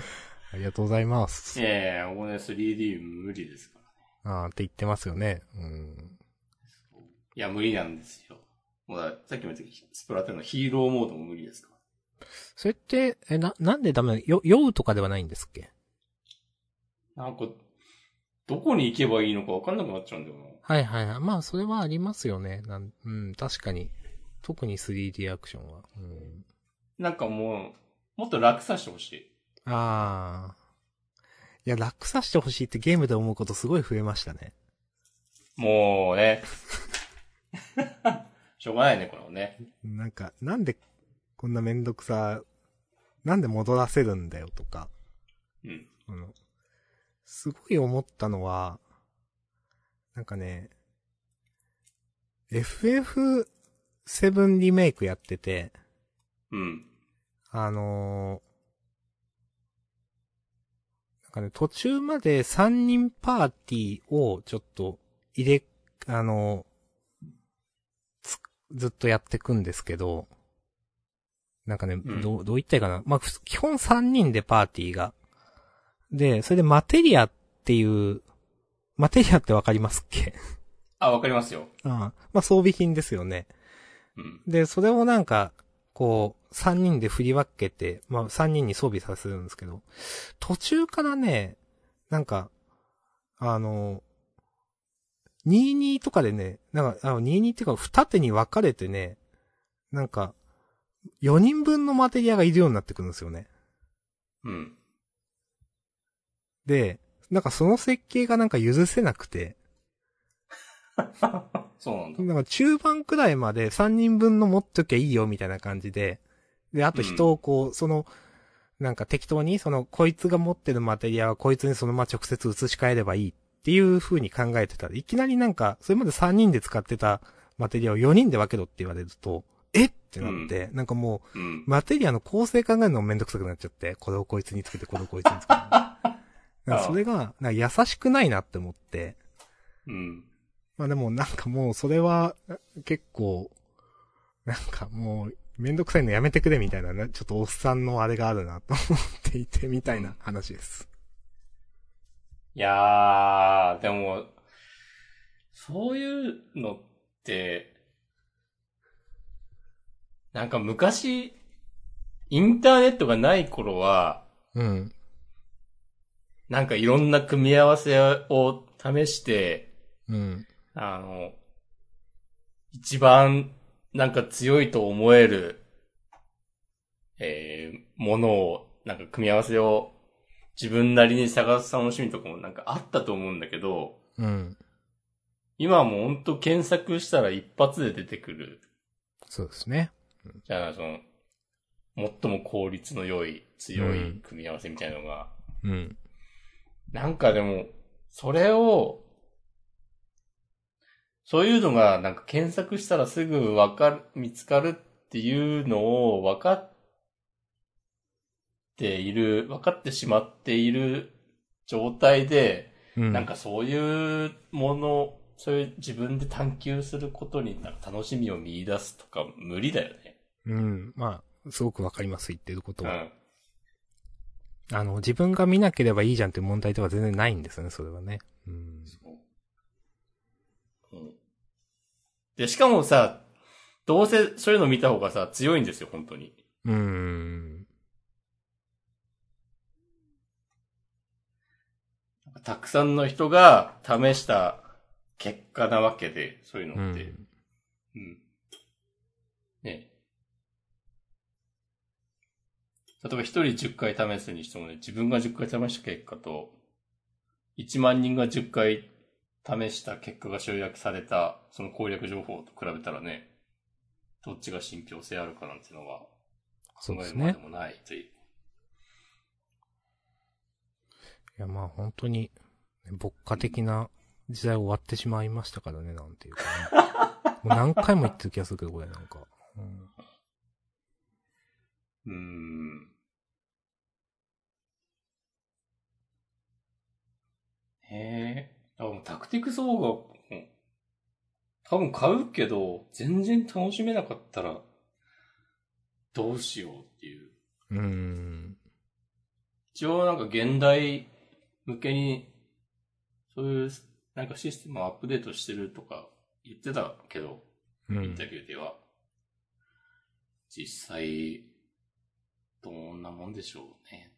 Speaker 1: りがとうございます。
Speaker 2: ええここね、3D 無理ですからね。
Speaker 1: あーって言ってますよね。うん。
Speaker 2: いや、無理なんですよ。もうだ、さっきも言ったけどスプラトゥーンのヒーローモードも無理ですから。
Speaker 1: それって、え、な、なんでダメなのよ、酔うとかではないんですっけ
Speaker 2: なんか、どこに行けばいいのか分かんなくなっちゃうんだよな。
Speaker 1: はいはいはい。まあ、それはありますよね。なん、うん、確かに。特に 3D アクションは。うん。
Speaker 2: なんかもう、もっと楽させてほしい。
Speaker 1: ああ。いや、楽させてほしいってゲームで思うことすごい増えましたね。
Speaker 2: もうね。 しょうがないね、これはね。
Speaker 1: なんか、なんでこんなめんどくさ、なんで戻らせるんだよとか。
Speaker 2: うん。
Speaker 1: あの、すごい思ったのは、なんかね、FF7 リメイクやってて、
Speaker 2: うん。
Speaker 1: あのーなんかね、途中まで3人パーティーをちょっと入れ、あのーつずっとやってくんですけど、なんかね、
Speaker 2: ん
Speaker 1: どう、どう言ったらいいかな。まあ、ふつ基本3人でパーティーが。で、それでマテリアっていう、マテリアってわかりますっけ
Speaker 2: あ、わかりますよ。
Speaker 1: ああまあ、装備品ですよね。
Speaker 2: うん。
Speaker 1: で、それをなんか、こう、三人で振り分けて、まあ三人に装備させるんですけど、途中からね、なんか、あの、22とかでね、なんか、あの、22っていうか、二手に分かれてね、なんか、4人分のマテリアがいるようになってくるんですよね。
Speaker 2: うん。
Speaker 1: で、なんかその設計がなんか許せなくて、
Speaker 2: そうなんだ。
Speaker 1: なんか中盤くらいまで3人分の持っときゃいいよみたいな感じで、で、あと人をこう、その、なんか適当に、その、こいつが持ってるマテリアはこいつにそのまま直接移し替えればいいっていう風に考えてたら、いきなりなんか、それまで3人で使ってたマテリアを4人で分けろって言われると、えってなって、なんかもう、
Speaker 2: うん。
Speaker 1: マテリアの構成考えるのもめんどくさくなっちゃって、これをこいつにつけて、これをこいつにつ けて。なんかそれが、なんか優しくないなって思って、
Speaker 2: うん。
Speaker 1: まあでもなんかもうそれは結構、なんかもうめんどくさいのやめてくれみたいなね、ちょっとおっさんのあれがあるなと思っていてみたいな話です。
Speaker 2: いやー、でも、そういうのって、なんか昔、インターネットがない頃は、
Speaker 1: うん。
Speaker 2: なんかいろんな組み合わせを試して、
Speaker 1: うん。
Speaker 2: あの、一番なんか強いと思える、えー、ものを、なんか組み合わせを自分なりに探す楽しみとかもなんかあったと思うんだけど、
Speaker 1: うん。
Speaker 2: 今はもうほんと検索したら一発で出てくる。
Speaker 1: そうですね。
Speaker 2: じゃあ、その、最も効率の良い、強
Speaker 1: う
Speaker 2: い
Speaker 1: ん
Speaker 2: 組み合わせみたいなのが、
Speaker 1: うん。
Speaker 2: なんかでも、それを、そういうのが、なんか検索したらすぐわかる、見つかるっていうのを分かっている、分かってしまっている状態で、
Speaker 1: うん。
Speaker 2: なんかそういうもの、そういう自分で探求することになんか楽しみを見出すとか無理だよね。
Speaker 1: うん。まあ、すごくわかります、言ってること
Speaker 2: う
Speaker 1: は。
Speaker 2: ん。
Speaker 1: あの、自分が見なければいいじゃんっていう問題では全然ないんですよね、それはね。うん。
Speaker 2: そううん。で、しかもさ、どうせそういうの見た方がさ、強いんですよ、本当に。
Speaker 1: うん。
Speaker 2: たくさんの人が試した結果なわけで、そういうのって。うん。例えば一人10回試すにしてもね、自分が10回試した結果と、1万人が10回試した結果が集約された、その攻略情報と比べたらね、どっちが信憑性あるかなんてのは、
Speaker 1: そうです
Speaker 2: 考え
Speaker 1: ね
Speaker 2: る。までもないという。
Speaker 1: いや、まあ本当に、ね牧歌的な時代終わってしまいましたからね、なんていうかね。もう何回も言ってる気がするけど、これなんか。うん
Speaker 2: うーん。へえ。あ、もうタクティクスオーガ、うん多分買うけど、全然楽しめなかったら、どうしようっていう。
Speaker 1: うーん。
Speaker 2: 一応なんか現代向けに、そういう、なんかシステムをアップデートしてるとか言ってたけど、
Speaker 1: う
Speaker 2: イン
Speaker 1: ん
Speaker 2: タ。ビューでは。実際、どんなもんでしょうね、っ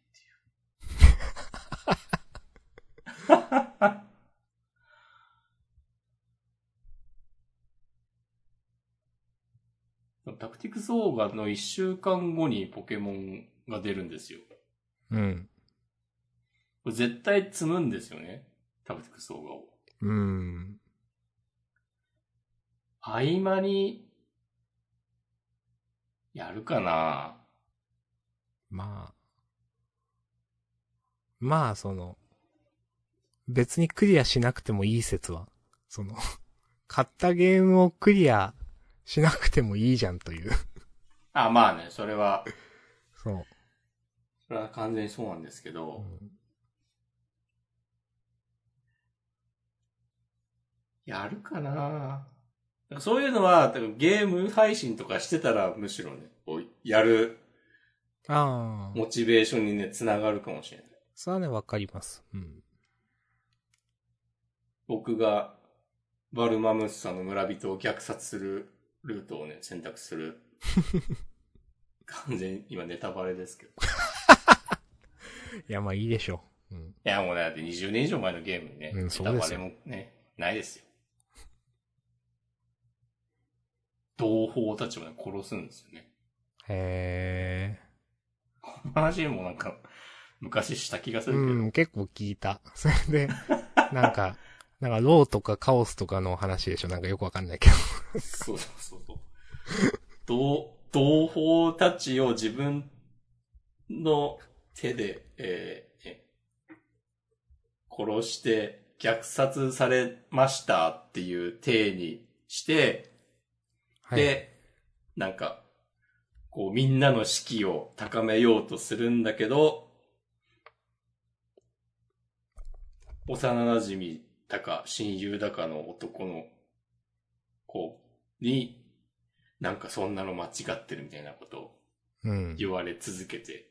Speaker 2: ていう。タクティクスオーガの1週間後にポケモンが出るんですよ。
Speaker 1: うん。
Speaker 2: これ絶対積むんですよね。タクティクスオーガを。
Speaker 1: うん。
Speaker 2: 合間に、やるかな
Speaker 1: まあ。まあ、その、別にクリアしなくてもいい説は、その、 買ったゲームをクリアしなくてもいいじゃんという。
Speaker 2: あ、まあね、それは、
Speaker 1: そう。
Speaker 2: それは完全にそうなんですけど、やるかなそういうのは、多分ゲーム配信とかしてたら、むしろね、こうやる
Speaker 1: ああ。
Speaker 2: モチベーションにね、つながるかもしれない。
Speaker 1: それはね、わかります。うん。
Speaker 2: 僕が、バルマムスさんの村人を虐殺するルートをね、選択 する。完全に、今ネタバレですけど。
Speaker 1: いや、まあいいでしょう。うん。
Speaker 2: いや、もうだって20年以上前のゲームにね、
Speaker 1: うん
Speaker 2: ネ
Speaker 1: そう
Speaker 2: タ
Speaker 1: で
Speaker 2: バ
Speaker 1: す
Speaker 2: レ
Speaker 1: よ
Speaker 2: もね、ないですよ。同胞たちをね、殺すんですよね。
Speaker 1: へ
Speaker 2: この話もなんか、昔した気がす
Speaker 1: え。
Speaker 2: るけど、
Speaker 1: うん、結構聞いた。 それで、なんか、なんか、ローとかカオスとかの話でしょなんかよくわかんないけど。
Speaker 2: そうそうそうそう。同、同胞たちを自分の手で、えーえ殺して虐殺されましたっていう体にして、
Speaker 1: はい。
Speaker 2: で、なんか、こうみんなの士気を高めようとするんだけど、幼馴染だか親友だかの男の子に、なんかそんなの間違ってるみたいなことを
Speaker 1: うん。
Speaker 2: 言われ続けて、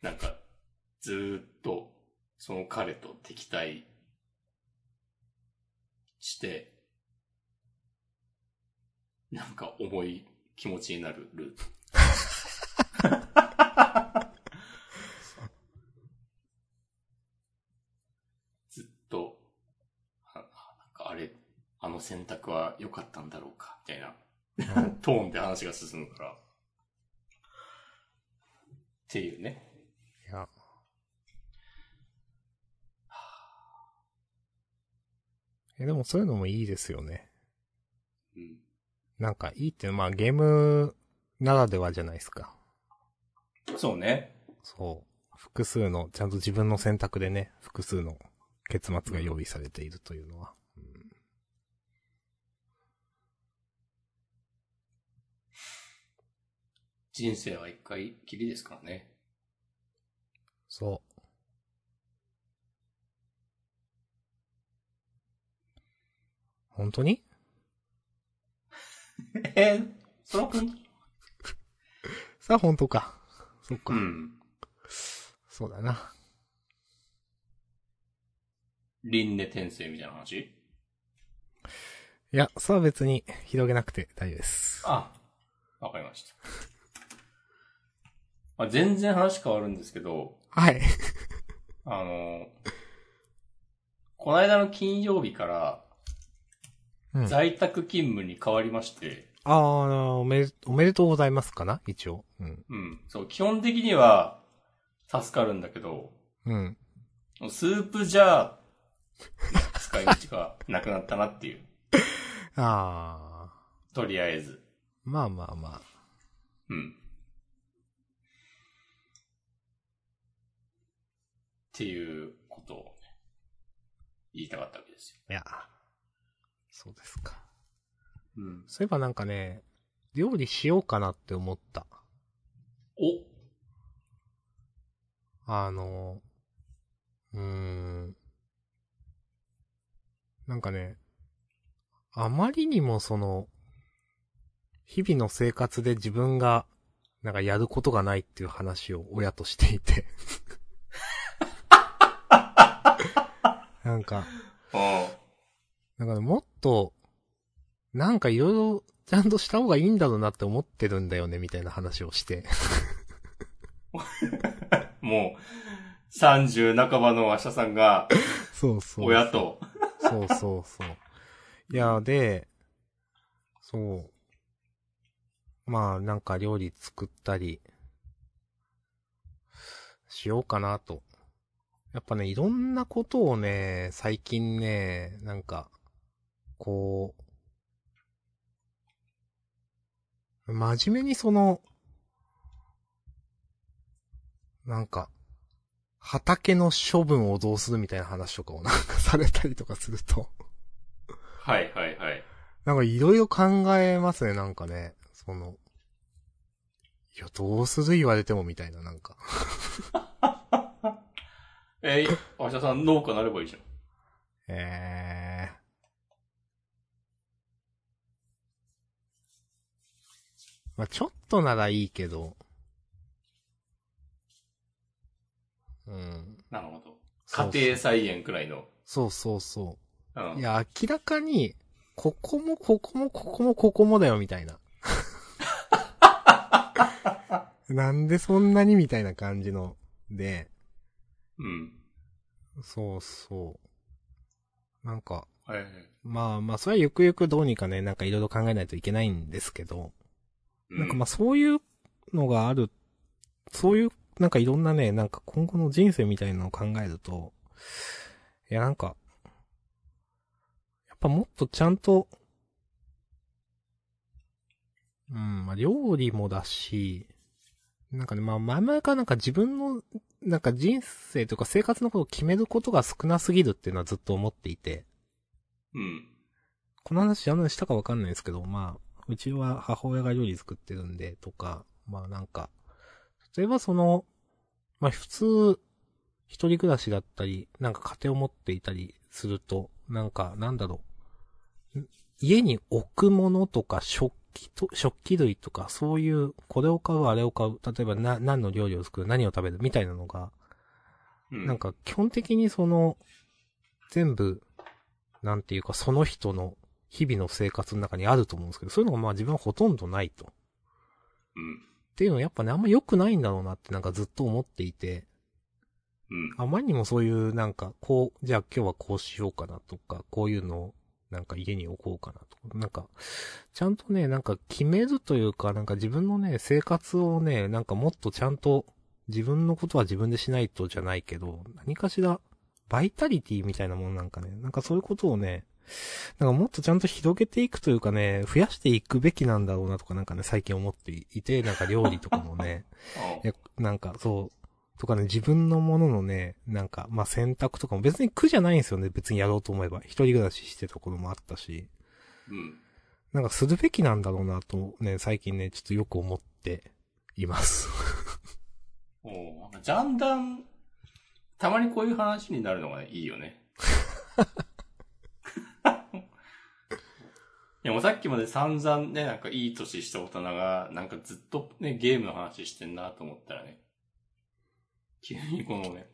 Speaker 2: なんか、ずーっと、その彼と敵対して、なんか重い気持ちになる ルート。ずっと、あなんかあれ、あの選択は良かったんだろうか、みたいな。トーンで話が進むから。っていうね。
Speaker 1: いや。 え、でもそういうのもいいですよね。
Speaker 2: うん。
Speaker 1: なんかいいって、まあゲームならではじゃないですか。
Speaker 2: そうね。
Speaker 1: そう。複数の、ちゃんと自分の選択でね、複数の結末が用意されているというのは。
Speaker 2: 人生は一回きりですからね。
Speaker 1: そう。本当に
Speaker 2: えー、そのくん
Speaker 1: さあ本当か。 そっか。
Speaker 2: うん。
Speaker 1: そうだな。
Speaker 2: 輪廻転生みたいな話
Speaker 1: いや、さあ別に広げなくて大丈夫です。
Speaker 2: あ、わかりました。まあ、全然話変わるんですけど、
Speaker 1: はい。
Speaker 2: あの、この間の金曜日から
Speaker 1: うん
Speaker 2: 在宅勤務に変わりまして、
Speaker 1: ああ、おめで、おめでとうございますかな一応。うん。
Speaker 2: うん。そう、基本的には助かるんだけど、
Speaker 1: うん。
Speaker 2: スープジャーの使い道がなくなったなっていう。
Speaker 1: ああ、
Speaker 2: とりあえず。
Speaker 1: まあまあまあ。
Speaker 2: うん。っていうことを、ね、言いたかったわけです
Speaker 1: いや、そうですか。
Speaker 2: よ。うん。
Speaker 1: そういえばなんかね、料理しようかなって思った。
Speaker 2: お
Speaker 1: あの、うーん。なんかね、あまりにもその、日々の生活で自分が、なんかやることがないっていう話を親としてい て。なんか、
Speaker 2: あ
Speaker 1: なんかねもっと、なんかいろいろちゃんとした方がいいんだろうなって思ってるんだよね、みたいな話をして。
Speaker 2: あ。もう、30半ばの明日さんが、
Speaker 1: そうそう。
Speaker 2: 親と、
Speaker 1: そうそうそう。いや、で、そう。まあ、なんか料理作ったり、しようかなと。やっぱね、いろんなことをね、最近ね、なんか、こう、真面目にその、なんか、畑の処分をどうするみたいな話とかをなんかされたりとかすると、
Speaker 2: はいはいはい。
Speaker 1: なんかいろいろ考えますね、なんかね。その、いや、どうする言われてもみたいな、なんか。
Speaker 2: えー、明日さん農家なればいいじゃん。
Speaker 1: えー。まあ、ちょっとならいいけど。うん。
Speaker 2: なるほど。家庭菜園くらいの。
Speaker 1: そうそうそうう。い
Speaker 2: ん。
Speaker 1: や、明らかに、ここもここもここもここもだよ、みたいな。なんでそんなにみたいな感じの。で、
Speaker 2: うん。
Speaker 1: そうそう。なんか、
Speaker 2: はいはい。
Speaker 1: まあまあ、それはゆくゆくどうにかね、なんかいろいろ考えないといけないんですけど、
Speaker 2: うん
Speaker 1: なんかまあそういうのがある、そういう、なんかいろんなね、なんか今後の人生みたいなのを考えると、いやなんか、やっぱもっとちゃんと、うん、まあ料理もだし、なんかね、まあ前々からなんか自分の、なんか人生とか生活のことを決めることが少なすぎるっていうのはずっと思っていて、
Speaker 2: うん。
Speaker 1: この話あんまりしたかわかんないですけど、まあ、うちは母親が料理作ってるんで、とか、まあなんか、例えばその、まあ普通、一人暮らしだったり、なんか家庭を持っていたりすると、なんか、なんだろう。ん家に置くものとか食器と、食器類とか、そういう、これを買う、あれを買う、例えばな、何の料理を作る、何を食べる、みたいなのが、
Speaker 2: うん。
Speaker 1: なんか基本的にその、全部、なんていうかその人の日々の生活の中にあると思うんですけど、そういうのがまあ自分はほとんどないと。っ
Speaker 2: うん。
Speaker 1: ていうのはやっぱね、あんま良くないんだろうなってなんかずっと思っていて、
Speaker 2: うん。
Speaker 1: あまりにもそういうなんか、こう、じゃあ今日はこうしようかなとか、こういうのをなんか家に置こうかなとか、なんか、ちゃんとね、なんか決めるというか、なんか自分のね、生活をね、なんかもっとちゃんと自分のことは自分でしないとじゃないけど、何かしら、バイタリティみたいなものなんかね、なんかそういうことをね、なんかもっとちゃんと広げていくというかね、増やしていくべきなんだろうなとかなんかね、最近思っていて、なんか料理とかもね、
Speaker 2: あ
Speaker 1: いや、なんか、そう。とかね、自分のもののね、なんか、まあ、選択とかも別に苦じゃないんですよね。別にやろうと思えば。一人暮らししてたこともあったし。
Speaker 2: うん。
Speaker 1: なんかするべきなんだろうなと、ね、最近ね、ちょっとよく思っています。
Speaker 2: おうなんかジャンダン、たまにこういう話になるのがいい よね。いやもうさっきまで散々ね、なんかいい年した大人が、なんかずっとね、ゲームの話してんなと思ったらね、急にこのね、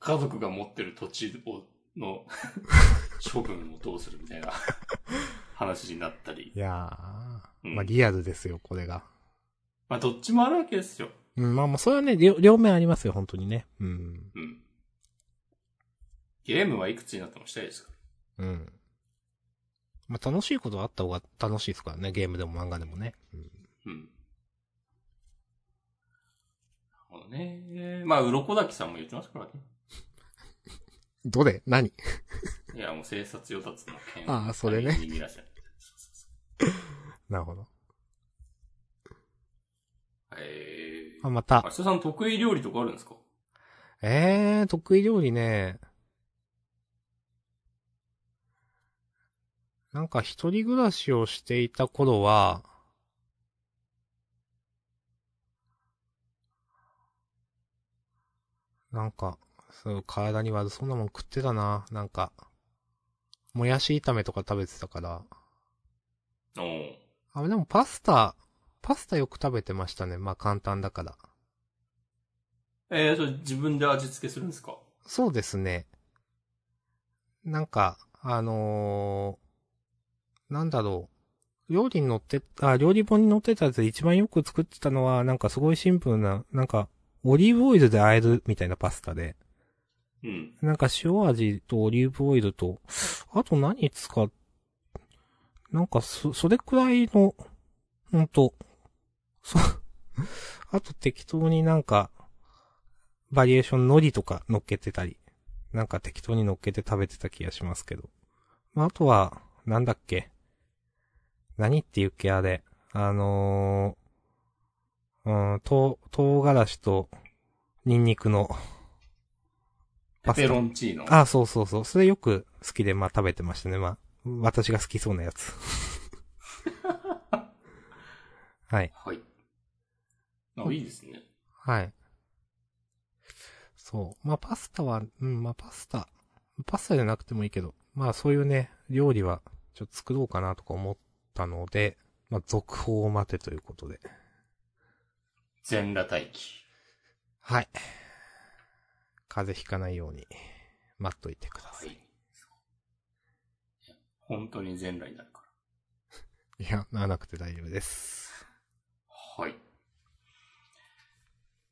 Speaker 2: 家族が持ってる土地を、 の処分をどうするみたいな話になったり。
Speaker 1: いや
Speaker 2: う
Speaker 1: ー。
Speaker 2: ん
Speaker 1: まあ、リアルですよ、これが。
Speaker 2: まあどっちもあるわけですよ。
Speaker 1: うん、まあ、もうそれはね、両両面ありますよ、本当にね。うん。
Speaker 2: うん。ゲームはいくつになってもしたいですか
Speaker 1: うん。まあ、楽しいことはあった方が楽しいですからね、ゲームでも漫画でもね。うん
Speaker 2: うん。なるほどね。まあ、鱗滝さんも言ってますからね。
Speaker 1: どれ何
Speaker 2: いや、もう生殺与奪の件
Speaker 1: ああそれね
Speaker 2: 他人に見らせない
Speaker 1: なるほど。
Speaker 2: へえ
Speaker 1: あ、ま
Speaker 2: 明
Speaker 1: た。
Speaker 2: 日さん得意料理とかあるんですか
Speaker 1: えー、得意料理ね。なんか一人暮らしをしていた頃は、なんか、そう、体に悪そうなもん食ってたな。なんか、もやし炒めとか食べてたから。
Speaker 2: おー
Speaker 1: あ、でもパスタ、パスタよく食べてましたね。まあ簡単だから。
Speaker 2: えー、それ自分で味付けするんですか
Speaker 1: そうですね。なんか、あのーなんだろう。料理に載って、あ、料理本に載ってたやつで一番よく作ってたのは、なんかすごいシンプルな、なんか、オリーブオイルで和えるみたいなパスタで。
Speaker 2: うん。
Speaker 1: なんか塩味とオリーブオイルと、あと何使っ、なんかそ、それくらいの、ほんと、そ、あと適当になんか、バリエーション海苔とか乗っけてたり、なんか適当に乗っけて食べてた気がしますけど。まあ、あとは、なんだっけ。何っていうけあれ。あのー、うん、とう、唐辛子と、ニンニクの、
Speaker 2: ペペロンチーノ。
Speaker 1: あ、そうそうそう。それよく好きで、まあ食べてましたね。まあ、私が好きそうなや つ。はい。
Speaker 2: はい。あ、いいですね。
Speaker 1: はい。そう。まあパスタは、うん、まあパスタ。パスタじゃなくてもいいけど、まあそういうね、料理は、ちょっと作ろうかなとか思ったので、まあ続報を待てということで。
Speaker 2: 全裸待機。
Speaker 1: はい。風邪ひかないように、待っといてくだ
Speaker 2: は
Speaker 1: さ
Speaker 2: い
Speaker 1: い。。
Speaker 2: 本当に全裸になるか
Speaker 1: いや、ならなくて大丈夫です。
Speaker 2: ら。はい。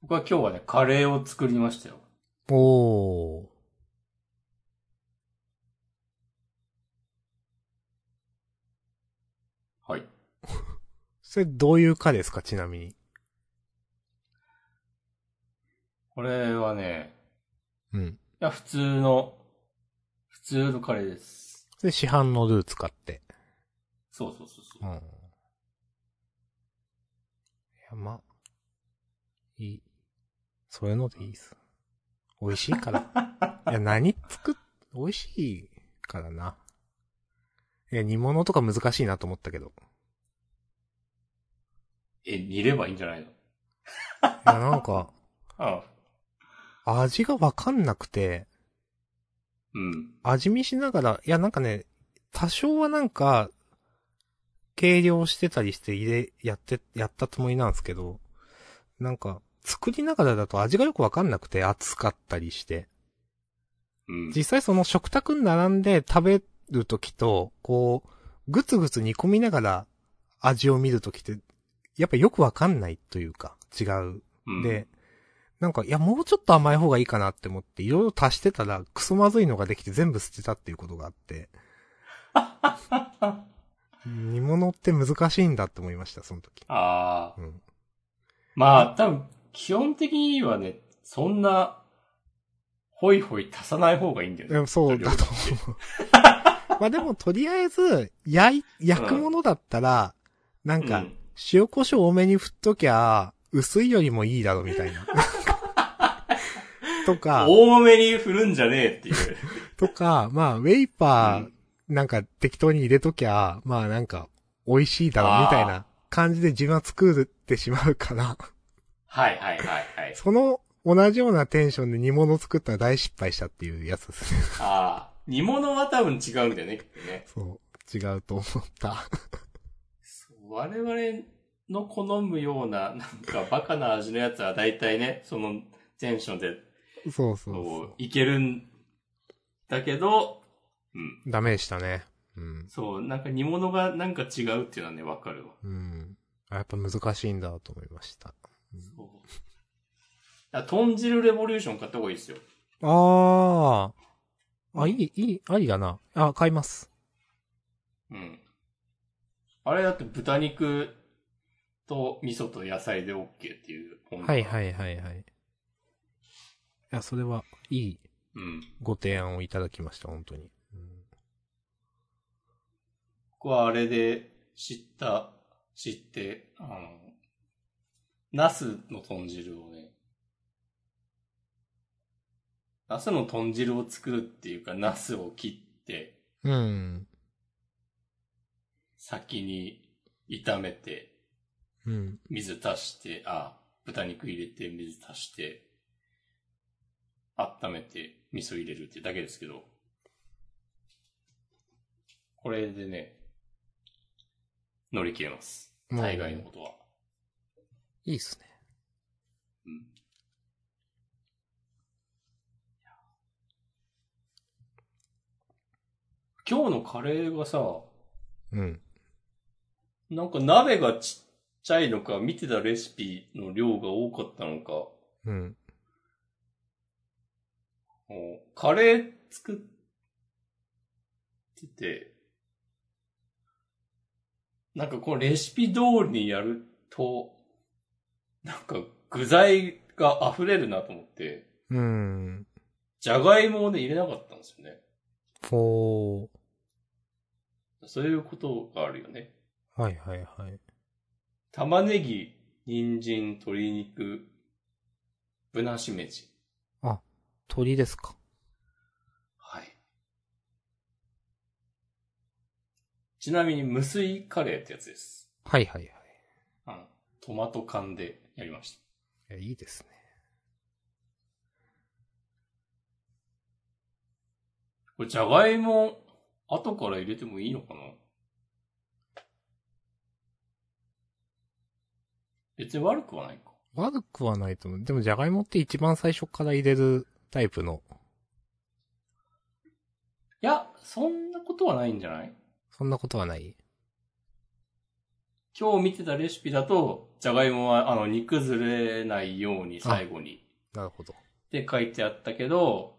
Speaker 2: 僕は今日はね、カレーを作りましたよ。
Speaker 1: おー。
Speaker 2: はい。
Speaker 1: それどういうかですか、ちなみに。
Speaker 2: これはね、
Speaker 1: うん。
Speaker 2: いや、普通の、普通のカレーです。
Speaker 1: で、市販のルー使って。
Speaker 2: そうそうそうそう
Speaker 1: う。ん。いや、ま、いい。そういうのでいいっす。美味しいから。いや、何作っ、美味しいからな。いや、煮物とか難しいなと思ったけど。
Speaker 2: え、煮ればいいんじゃないの
Speaker 1: いや、なんか、
Speaker 2: ああ
Speaker 1: 味がわかんなくて、
Speaker 2: うん。
Speaker 1: 味見しながら、いや、なんかね、多少はなんか、計量してたりして入れ、やって、やったつもりなんですけど、なんか、作りながらだと味がよくわかんなくて、熱かったりして。
Speaker 2: うん。
Speaker 1: 実際その食卓に並んで食べるときと、こう、ぐつぐつ煮込みながら味を見るときって、やっぱよくわかんないというか、違う
Speaker 2: うん、
Speaker 1: で、なんか、いや、もうちょっと甘い方がいいかなって思って、いろいろ足してたら、クソまずいのができて全部捨てたっていうことがあって。煮物って難しいんだって思いました、その時。
Speaker 2: ああ。
Speaker 1: うん。
Speaker 2: まあ、多分、基本的にはね、そんな、ホイホイ足さない方がいいんだよ
Speaker 1: で
Speaker 2: ね。
Speaker 1: もそうだと思う。 まあでも、とりあえず、焼い、焼くものだったら、なん
Speaker 2: う
Speaker 1: か
Speaker 2: ん、
Speaker 1: 塩胡椒多めに振っときゃ、薄いよりもいいだろ、みたいな。 とか、
Speaker 2: 多めに振るんじゃねえっていう。
Speaker 1: とか、まあ、ウェイ
Speaker 2: う
Speaker 1: パー
Speaker 2: ん、
Speaker 1: なんか適当に入れときゃ、まあなんか、美味しいだろ、みたいな感じで自分は作ってしまうから、
Speaker 2: はいはいはいはい。
Speaker 1: その同じようなテンションで煮物作ったら大失敗したっていうやつですね。
Speaker 2: ああ。煮物は多分違うんだよね、きっとね。
Speaker 1: そう。違うと思った。
Speaker 2: そう我々の好むような、なんかバカな味のやつは大体ね、そのテンションで、
Speaker 1: そうそうそ
Speaker 2: こう、いけるんだけど、うん。
Speaker 1: う。ダメでしたね。うん。
Speaker 2: そう、なんか煮物がなんか違うっていうのはね、わかるわ。
Speaker 1: うん。あやっぱ難しいんだと思いました。
Speaker 2: そうあ豚汁レボリューション買った方がいいですよ。
Speaker 1: あー。あ、いい、いい、ありだな。あ、買います。
Speaker 2: うん。あれだって豚肉と味噌と野菜で OK っていう本だ
Speaker 1: はいはいはいはい。いや、それは、いい
Speaker 2: うん。
Speaker 1: ご提案をいただきました、本当に。
Speaker 2: 僕はあれで知った、知って、あの、ナスの豚汁をね、ナスの豚汁を作るっていうか、ナスを切って、
Speaker 1: うん。
Speaker 2: 先に炒めて、
Speaker 1: うん。
Speaker 2: 水足して、あ、豚肉入れて、水足して、温めて、味噌入れるってだけですけど、これでね、乗り切れま
Speaker 1: う
Speaker 2: す。
Speaker 1: ん
Speaker 2: 大概のことは。
Speaker 1: いいっすね。
Speaker 2: うん。今日のカレーがさ、
Speaker 1: うん。
Speaker 2: なんか鍋がちっちゃいのか、見てたレシピの量が多かったのか、
Speaker 1: うん。
Speaker 2: もうカレー作ってて、なんかこのレシピ通りにやると、なんか具材が溢れるなと思って、
Speaker 1: うん。
Speaker 2: じゃがいもをね、入れなかったんですよね。
Speaker 1: ほ
Speaker 2: そういうことがあるよね。
Speaker 1: ー。はいはいはい。
Speaker 2: 玉ねぎ、人参、鶏肉、ぶなしめじ。
Speaker 1: 鳥ですか。
Speaker 2: はい。ちなみに無水カレーってやつです。
Speaker 1: はいはいはい。
Speaker 2: あの、トマト缶でやりまし
Speaker 1: いや、いいですね。
Speaker 2: た。これ、じゃがいも、後から入れてもいいのかな別に悪くはないか。
Speaker 1: 悪くはないと思う。でも、じゃがいもって一番最初から入れるタイプの、
Speaker 2: いや、そんなことはないんじゃない
Speaker 1: そんなことはない
Speaker 2: 今日見てたレシピだと、じゃがいもは、あの、煮崩れないように最後に
Speaker 1: なるほど。
Speaker 2: って書いてあったけど、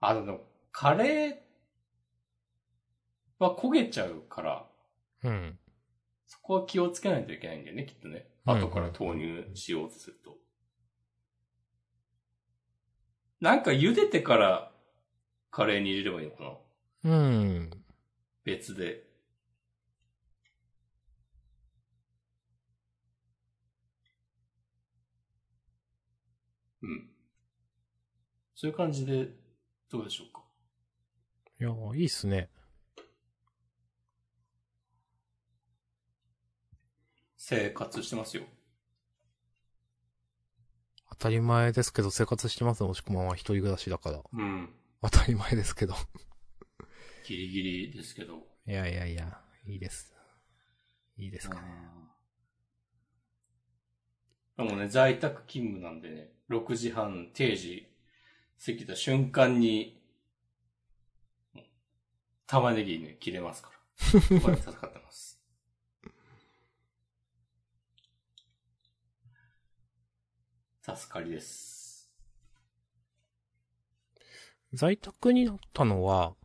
Speaker 2: あの、カレーは焦げちゃうから、
Speaker 1: うん。
Speaker 2: そこは気をつけないといけないんだよね、きっとね。
Speaker 1: うん
Speaker 2: 後から投入しようとすると。なんか茹でてからカレーに入れればいいのかな
Speaker 1: うん。
Speaker 2: 別で。うん。そういう感じで、どうでしょうか
Speaker 1: いや、いいっすね。
Speaker 2: 生活してますよ。
Speaker 1: 当たり前ですけど、生活してますね、押し込まんは一人暮らしだから。
Speaker 2: うん。
Speaker 1: 当たり前ですけど。
Speaker 2: ギリギリですけど。
Speaker 1: いやいやいや、いいです。いいですかね。
Speaker 2: でもね、在宅勤務なんでね、6時半定時過ぎた瞬間に、玉ねぎね、切れますから。これ戦っ てます。助かりです。
Speaker 1: 在宅になったのは、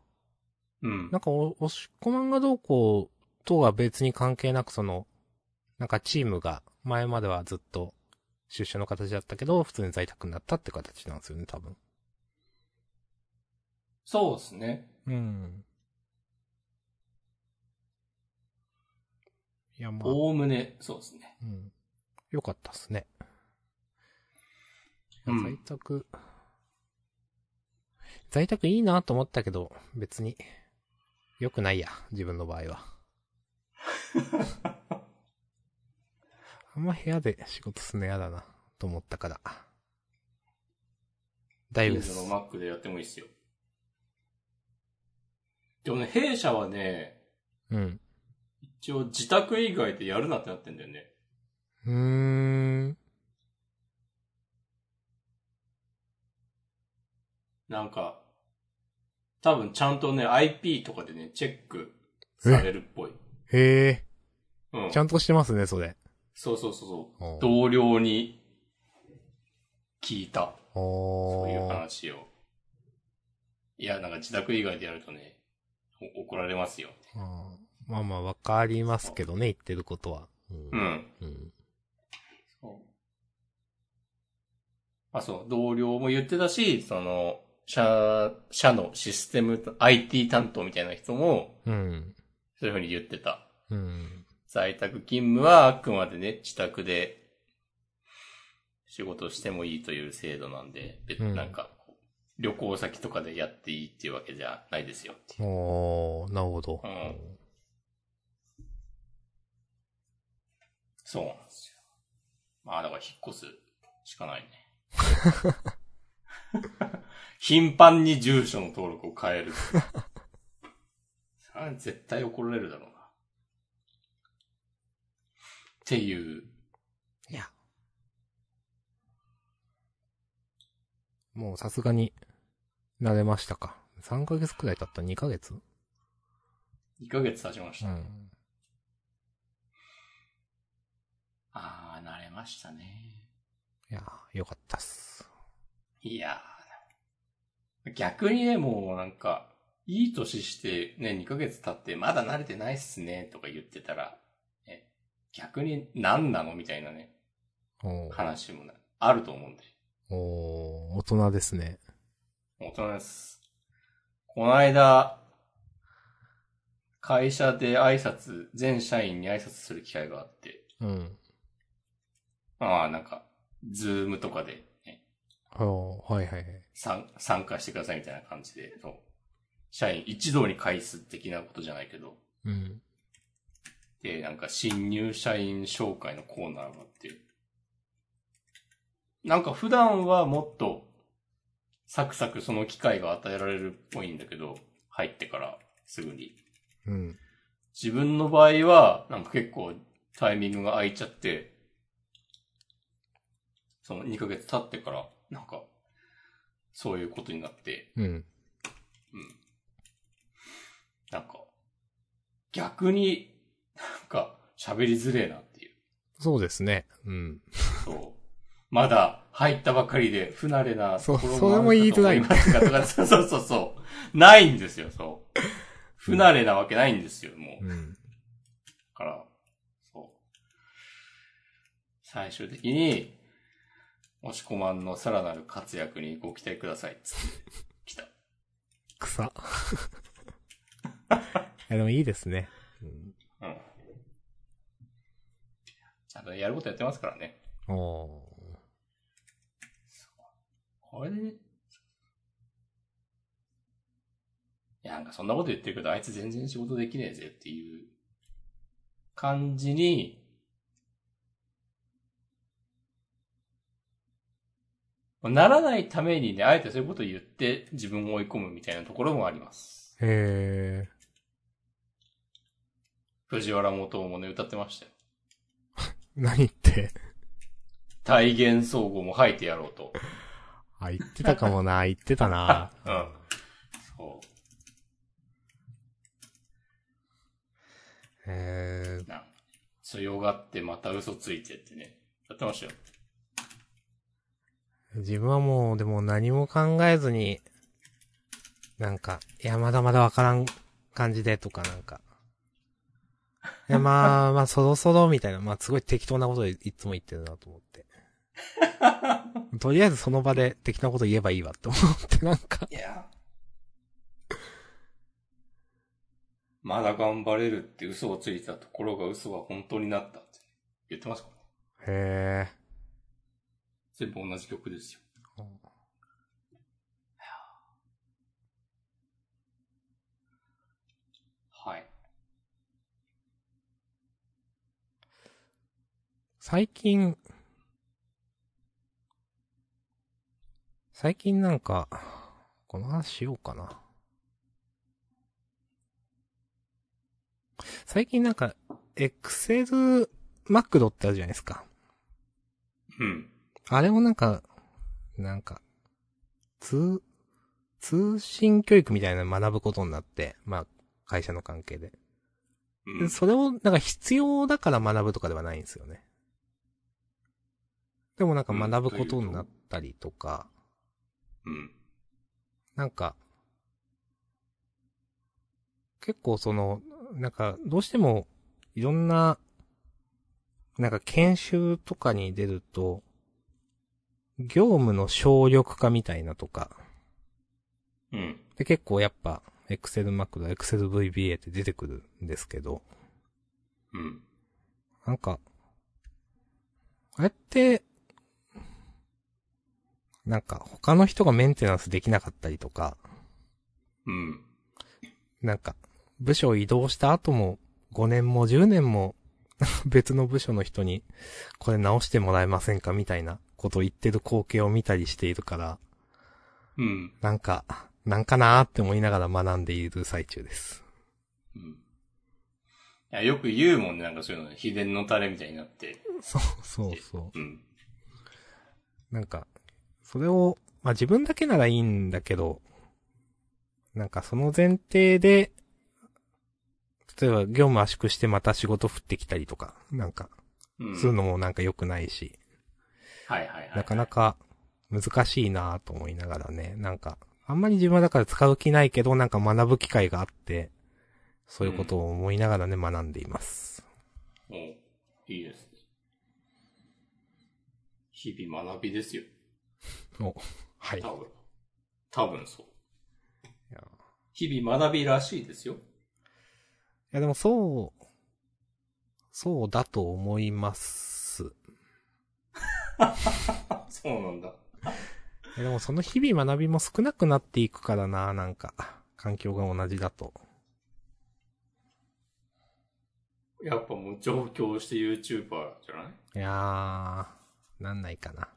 Speaker 2: うん
Speaker 1: な。んかお、押し込まんがどうこうとは別に関係なく、その、なんかチームが、前まではずっと出社の形だったけど、普通に在宅になったって形なんですよね、多分。
Speaker 2: そうですね。
Speaker 1: うん。いや、まあ、
Speaker 2: おおむね、そうですね。
Speaker 1: うん。よかったっすね。いや
Speaker 2: うん
Speaker 1: 在宅、在宅いいなと思ったけど、別に、良くないや、自分の場合 は。あんま部屋で仕事すんの嫌だな、と思ったから。大丈夫
Speaker 2: 近
Speaker 1: です
Speaker 2: 所。の Mac でやってもいいですよ。でもね、弊社はね、
Speaker 1: うん。
Speaker 2: 一応自宅以外でやるなってなってんだよね。
Speaker 1: うーん。
Speaker 2: なんか、多分ちゃんとね、IP とかでね、チェックされるっぽい。
Speaker 1: へ
Speaker 2: うん
Speaker 1: え、ち。ゃんとしてますね、それ。
Speaker 2: そうそうそうそう。
Speaker 1: おう
Speaker 2: 同僚に聞いた。そういう
Speaker 1: おー
Speaker 2: 話を。いや、なんか自宅以外でやるとね、お怒られますよ。
Speaker 1: うんまあまあ、わかりますけどね、言ってることは。うん
Speaker 2: うん。
Speaker 1: うん。
Speaker 2: そう。あ、そう、同僚も言ってたし、その、社、社のシステム、IT 担当みたいな人も、
Speaker 1: うん。
Speaker 2: そういうふうに言ってた。
Speaker 1: うん。
Speaker 2: 在宅勤務はあくまでね、自宅で仕事してもいいという制度なんで、別
Speaker 1: うん
Speaker 2: なんか、旅行先とかでやっていいっていうわけじゃないですよっていう
Speaker 1: おー、なるほど。
Speaker 2: うんそうなんですよ。まあだから引っ越すしか ないね。頻繁に住所の登録を変える。あ絶対怒られるだろうな。っていう。
Speaker 1: いや。もうさすがに、慣れましたか。3ヶ月くらい経った ?2 ヶ月
Speaker 2: 2ヶ月経ちまし
Speaker 1: う
Speaker 2: た。
Speaker 1: ん。
Speaker 2: ああ、慣れましたね。
Speaker 1: いや、よかったっす。
Speaker 2: いやー逆にね、もうなんか、いい年してね、2ヶ月経ってまだ慣れてないっすね、とか言ってたら、ね、逆に何なのみたいなね、
Speaker 1: おー
Speaker 2: 話もなあると思うんで。
Speaker 1: おー大人ですね。
Speaker 2: 大人です。この間、会社で挨拶、全社員に挨拶する機会があって、
Speaker 1: うん。
Speaker 2: まあなんか、ズームとかで、ね、
Speaker 1: おーはいはいはい。
Speaker 2: 参参加してくださいみたいな感じで、そう社員一堂に会す的なことじゃないけど、
Speaker 1: うん。
Speaker 2: で、なんか新入社員紹介のコーナーがあって、なんか普段はもっとサクサクその機会が与えられるっぽいんだけど、入ってからすぐに。
Speaker 1: うん。
Speaker 2: 自分の場合は、なんか結構タイミングが空いちゃって、その2ヶ月経ってから、なんか、そういうことになって、
Speaker 1: うん。
Speaker 2: うん。なんか、逆になんか喋りづれえなっていう。
Speaker 1: そうですね。うん。
Speaker 2: そう。まだ入ったばかりで不慣れなところ
Speaker 1: そうそれも言いづらい
Speaker 2: あるかと思ますがとかそうそうそうそう。ないんですよ、そう。不慣れなわけないんですよ、もう。
Speaker 1: うん。
Speaker 2: から、そう。最終的に、押し込まんのさらなる活躍にご期待くださいっつって来た。
Speaker 1: 草。 いやでもいいですね。うん
Speaker 2: うん。ちゃんとやることやってますからね。
Speaker 1: お
Speaker 2: これで、いや、なんかそんなこと言ってるけど、あいつ全然仕事できねえぜっていう感じに、ならないためにね、あえてそういうことを言って自分を追い込むみたいなところもあります。
Speaker 1: ー。へ
Speaker 2: 藤原元雄もね、歌ってましたよ。
Speaker 1: ー。何言って。
Speaker 2: 体現総合も吐いてやろうと。
Speaker 1: あ、言ってたかもな、言ってたな。
Speaker 2: うん。そ
Speaker 1: え
Speaker 2: う。なんか強がってまた嘘ついてってね、やってましたよ。
Speaker 1: ー、自分はもう、でも何も考えずに、なんか、いや、まだまだわからん感じでとか、なんか。いや、まあ、まあ、そろそろ、みたいな、まあ、すごい適当なことでいつも言ってるなと思 って。とりあえずその場で適当なこと言えばいいわって思って、なんか。
Speaker 2: いや。まだ頑張れるって嘘をついたところが嘘は本当になったって言ってますからね
Speaker 1: へ
Speaker 2: 全部同じ曲ですよ。
Speaker 1: え。
Speaker 2: はい。
Speaker 1: 最近、最近なんか、この話しようかな。最近なんか、エクセルマクドってあるじゃないですか。
Speaker 2: うん。
Speaker 1: あれもなんか、なんか、通、通信教育みたいなの学ぶことになって、まあ、会社の関係で。
Speaker 2: う
Speaker 1: で
Speaker 2: ん。
Speaker 1: それを、なんか必要だから学ぶとかではないんですよね。でもなんか学ぶことになったりとか、
Speaker 2: うん。
Speaker 1: なんか、結構その、なんか、どうしても、いろんな、なんか研修とかに出ると、業務の省力化みたいなとか、
Speaker 2: うん。
Speaker 1: で、結構やっぱ、Excel Mac だ、Excel VBA って出てくるんですけど、
Speaker 2: うん。
Speaker 1: なんか、あれって、なんか他の人がメンテナンスできなかったりとか、
Speaker 2: うん。
Speaker 1: なんか、部署移動した後も、5年も10年も、 別の部署の人に、これ直してもらえませんかみたいなことを言ってる光景を見たりしているから、
Speaker 2: うん。
Speaker 1: なんか、なんかなーって思いながら学んでいる最中です。
Speaker 2: うん。いや、よく言うもんね、なんかそういうの、秘伝のタレみたいになって。
Speaker 1: そう、そうそ
Speaker 2: うん。
Speaker 1: う。なんか、それを、まあ自分だけならいいんだけど、なんかその前提で、例えば業務圧縮してまた仕事降ってきたりとか、なんか、
Speaker 2: うん。
Speaker 1: するのもなんか良くないし、
Speaker 2: はいはいはい。
Speaker 1: なかな。か難しいなぁと思いながらね、なんか、あんまり自分はだから使う気ないけど、なんか学ぶ機会があって、そういうことを思いながらね、学んでいます。
Speaker 2: おいいですね。日々学びですよ。
Speaker 1: お、はい。
Speaker 2: 多分。多分そう。
Speaker 1: いやい
Speaker 2: 日々学びらしいですよ。
Speaker 1: やでもそう、そうだと思います。
Speaker 2: あ、そうなんだ。
Speaker 1: いやでもその日々学びも少なくなっていくからなぁ、なんか、環境が同じだと。
Speaker 2: やっぱもう上京して YouTuber じゃない
Speaker 1: いやー、なんないかな。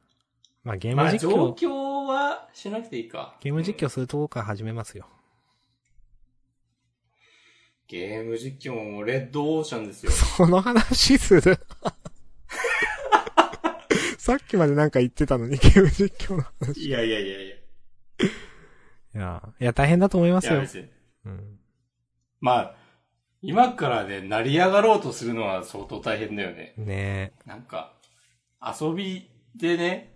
Speaker 1: まあゲー
Speaker 2: ま
Speaker 1: ム
Speaker 2: あ、
Speaker 1: 実
Speaker 2: 上
Speaker 1: 況、
Speaker 2: 京はしなくていいか。
Speaker 1: ゲーム実
Speaker 2: 況、
Speaker 1: 況するとこから始めますよ。
Speaker 2: ゲーム実況もレッドオーシャンですよ。
Speaker 1: この話する さっきまでなんか言ってたのに、ゲーム実況の話。
Speaker 2: いやいやいやいや。い
Speaker 1: いや、いや大変だと思います
Speaker 2: や
Speaker 1: よ。
Speaker 2: 別に。
Speaker 1: うん。
Speaker 2: まあ、今からね、成り上がろうとするのは相当大変だよね。
Speaker 1: ね
Speaker 2: なんか、遊びでね、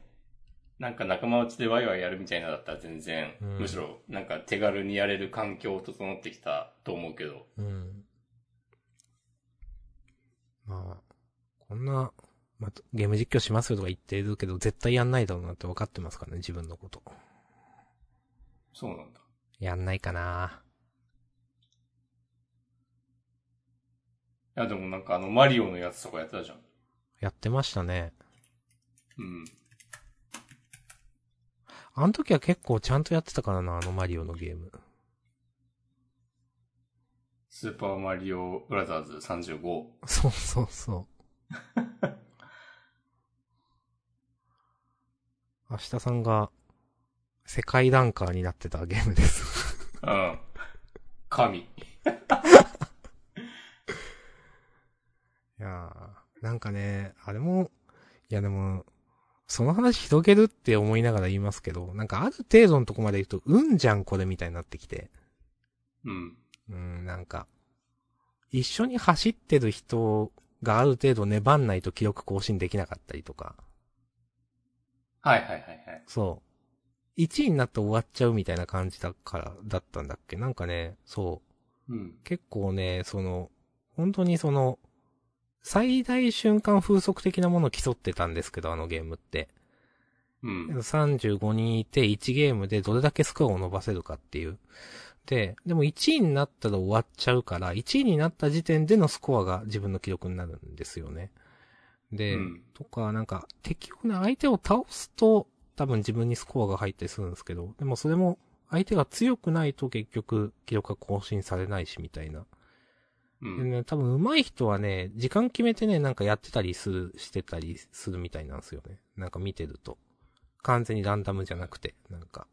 Speaker 2: なんか仲間内でワイワイやるみたいなだったら全然、
Speaker 1: うん
Speaker 2: むしろなんか手軽にやれる環境を整ってきたと思うけど。
Speaker 1: え。うん。まあ、こんな、まあ、ゲーム実況しますよとか言ってるけど、絶対やんないだろうなって分かってますからね、自分のこと。
Speaker 2: そうなんだ。
Speaker 1: やんないかない
Speaker 2: やでもなんかあのマリオのやつとかやってたじゃん。
Speaker 1: やってましたね。
Speaker 2: うん。
Speaker 1: あの時は結構ちゃんとやってたからな、あのマリオのゲーム。
Speaker 2: スーパーマリオブラザーズ35。
Speaker 1: そうそうそう。明日さんが、世界ランカーになってたゲームです。
Speaker 2: うん。神。
Speaker 1: いやー、なんかね、あれも、いやでも、その話広げるって思いながら言いますけど、なんかある程度のとこまで行くと、うんじゃんこれみたいになってきて、
Speaker 2: うん。
Speaker 1: うん、なんか、一緒に走ってる人がある程度粘んないと記録更新できなかったりとか、
Speaker 2: はいはいはいはい。
Speaker 1: そう。1位になって終わっちゃうみたいな感じだから、だったんだっけなんかね、そう。
Speaker 2: うん。
Speaker 1: 結構ね、その、本当にその、最大瞬間風速的なものを競ってたんですけど、あのゲームって。
Speaker 2: うん。
Speaker 1: 35人いて1ゲームでどれだけスコアを伸ばせるかっていう。で、でも1位になったら終わっちゃうから、1位になった時点でのスコアが自分の記録になるんですよね。
Speaker 2: う
Speaker 1: で、
Speaker 2: ん。
Speaker 1: とか、なんか、敵をね、相手を倒すと、多分自分にスコアが入ったりするんですけど、でもそれも、相手が強くないと結局、記録が更新されないし、みたいな。
Speaker 2: う
Speaker 1: で
Speaker 2: ん。
Speaker 1: ね、多分上手い人はね、時間決めてね、なんかやってたりする、してたりするみたいなんですよね。なんか見てると。完全にランダムじゃなくて、なんか。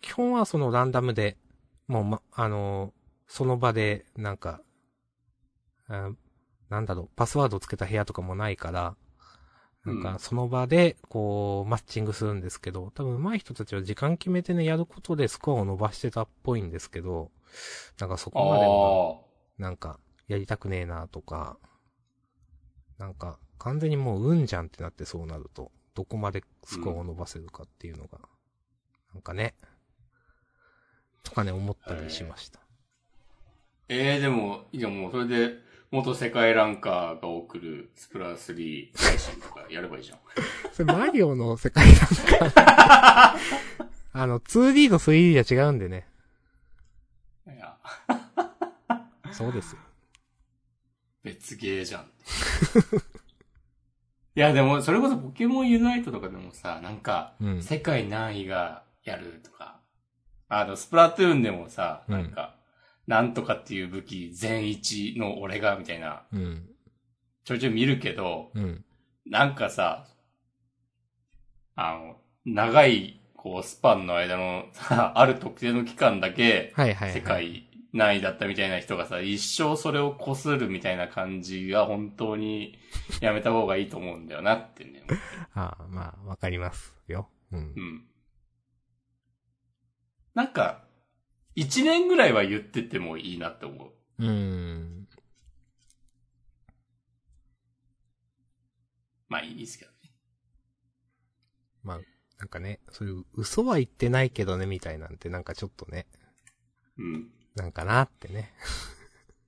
Speaker 1: 基本はそのランダムで、もうま、あのーその場で、なんか、あなんだろう、パスワードつけた部屋とかもないから、なん
Speaker 2: う
Speaker 1: か
Speaker 2: ん
Speaker 1: その場で、こう、マッチングするんですけど、多分上手い人たちは時間決めてね、やることでスコアを伸ばしてたっぽいんですけど、なんかそ
Speaker 2: ああ
Speaker 1: こまでは、なんか、やりたくねえなとか、なんか、完全にもううんじゃんってなってそうなると、どこまでスコアを伸ばせるかっていうのが、なんかね、とかね、思ったりしました。
Speaker 2: ええでも、いやもうそれで、元世界ランカーが送るスプラ3配信とかやればいいじゃん。
Speaker 1: それマリオの世界なんか。 あの、2D と 3D じゃ違うんでね。
Speaker 2: いや、
Speaker 1: そうですよ。
Speaker 2: 別ゲーじゃん。い や、でも、それこそポケモンユナイトとかでもさ、なんか、
Speaker 1: うん。
Speaker 2: 世界何位がやるとか、あの、スプラトゥーンでもさ、
Speaker 1: うん
Speaker 2: なんか、なんとかっていう武器全一の俺が、みたいな、
Speaker 1: うん。
Speaker 2: ちょいちょい見るけど、
Speaker 1: うん。
Speaker 2: なんかさ、あの、長い、こう、スパンの間のさ、 ある特定の期間だけ、
Speaker 1: はいはい、はい。
Speaker 2: 世。界何位だったみたいな人がさ、一生それをこするみたいな感じが本当にやめた方がいいと思うんだよなってね。
Speaker 1: ああ、まあ、わかりますよ。うん
Speaker 2: う。ん。なんか、一年ぐらいは言っててもいいなって思う。
Speaker 1: うーん。
Speaker 2: まあいいですけどね。
Speaker 1: まあ、なんかね、そういう嘘は言ってないけどね、みたいなんて、なんかちょっとね、
Speaker 2: うん
Speaker 1: なんかなってね。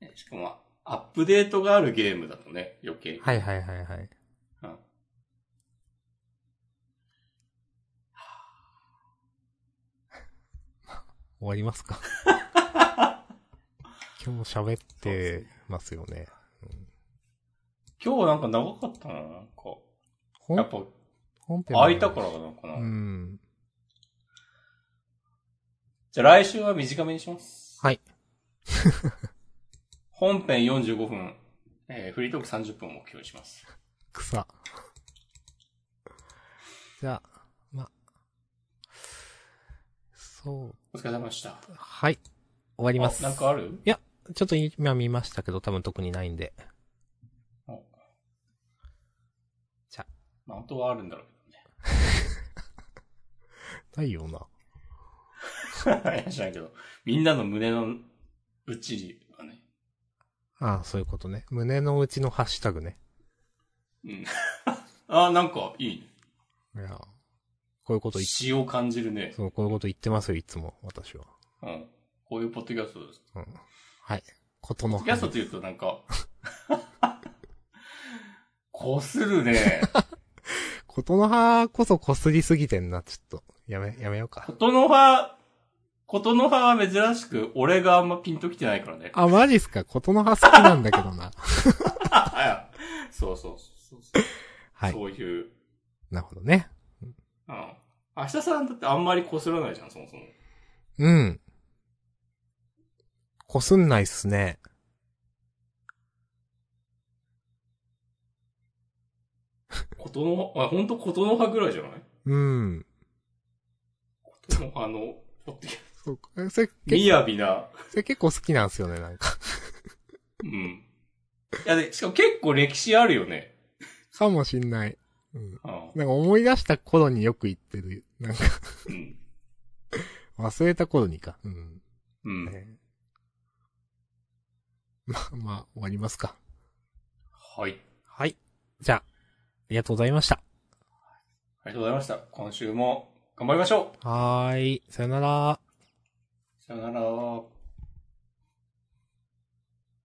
Speaker 2: ね。しかも、アップデートがあるゲームだとね、余計。
Speaker 1: はいはいはいはい。
Speaker 2: うん
Speaker 1: 終わります か今日も喋ってますよね。
Speaker 2: 今日はなんか長かったな、なんか。
Speaker 1: ほん
Speaker 2: やっぱ、
Speaker 1: 本編
Speaker 2: 空いたからなのかな。
Speaker 1: うん。
Speaker 2: じゃあ来週は短めにします。
Speaker 1: はい。
Speaker 2: 本編45分、えーフリートーク30分を目標にします。
Speaker 1: 草。じゃあ、ま、そう、
Speaker 2: お疲れ様でした。あ
Speaker 1: はい。終わります。
Speaker 2: なんかある
Speaker 1: ちょっと今見ましたけど、多分特にないんで。
Speaker 2: まあ、本当はあるんだろう
Speaker 1: ないよな。
Speaker 2: けどね。いや知らんけど。みんなの胸の内にはね。
Speaker 1: ああ、そういうことね。胸の内のハッシュタグね。
Speaker 2: うん。あーなんかいいね。
Speaker 1: いや、こういうこと言っ
Speaker 2: 詩を感じるね。
Speaker 1: そう、こういうこと言ってますよ、いつも、私は。
Speaker 2: うん。こういうポッドキャストです。
Speaker 1: はい。こと
Speaker 2: ポ
Speaker 1: の
Speaker 2: ッドキャ
Speaker 1: 葉
Speaker 2: ストって言うとなんか、 こするね。
Speaker 1: ことの葉こそこすりすぎてんな、ちょっと。やめ、やめようか
Speaker 2: こ。との葉、ことの葉は珍しく、俺があんまピンときてないからね。
Speaker 1: あ、マジっすかことの葉好きなんだけどな。
Speaker 2: あ、そうそうそうそう。
Speaker 1: はい。
Speaker 2: そういう。
Speaker 1: なるほどね。
Speaker 2: うん。明日さんだってあんまりこすらないじゃん、そもそも。
Speaker 1: うん。こすんないっすね。
Speaker 2: ことの葉、あ、ほんとことの葉ぐらいじゃない
Speaker 1: うん。
Speaker 2: ことの葉 の、ポッドキャスト
Speaker 1: そうか。えそれ、
Speaker 2: み
Speaker 1: け
Speaker 2: やびな。
Speaker 1: それ結構好きなんすよね、なんか。
Speaker 2: うん。いや、で、しかも結構歴史あるよね。
Speaker 1: かもしんない。うん。
Speaker 2: うん。
Speaker 1: なんか思い出した頃によく言ってる。なんか、
Speaker 2: うん。
Speaker 1: 忘れた頃にか。うん。
Speaker 2: うん。
Speaker 1: ねまあ、まあ、終わりますか。
Speaker 2: はい。
Speaker 1: はい。じゃあ、ありがとうございました。
Speaker 2: ありがとうございました。今週も頑張りましょ
Speaker 1: はーい。さよなら。
Speaker 2: うさよなら。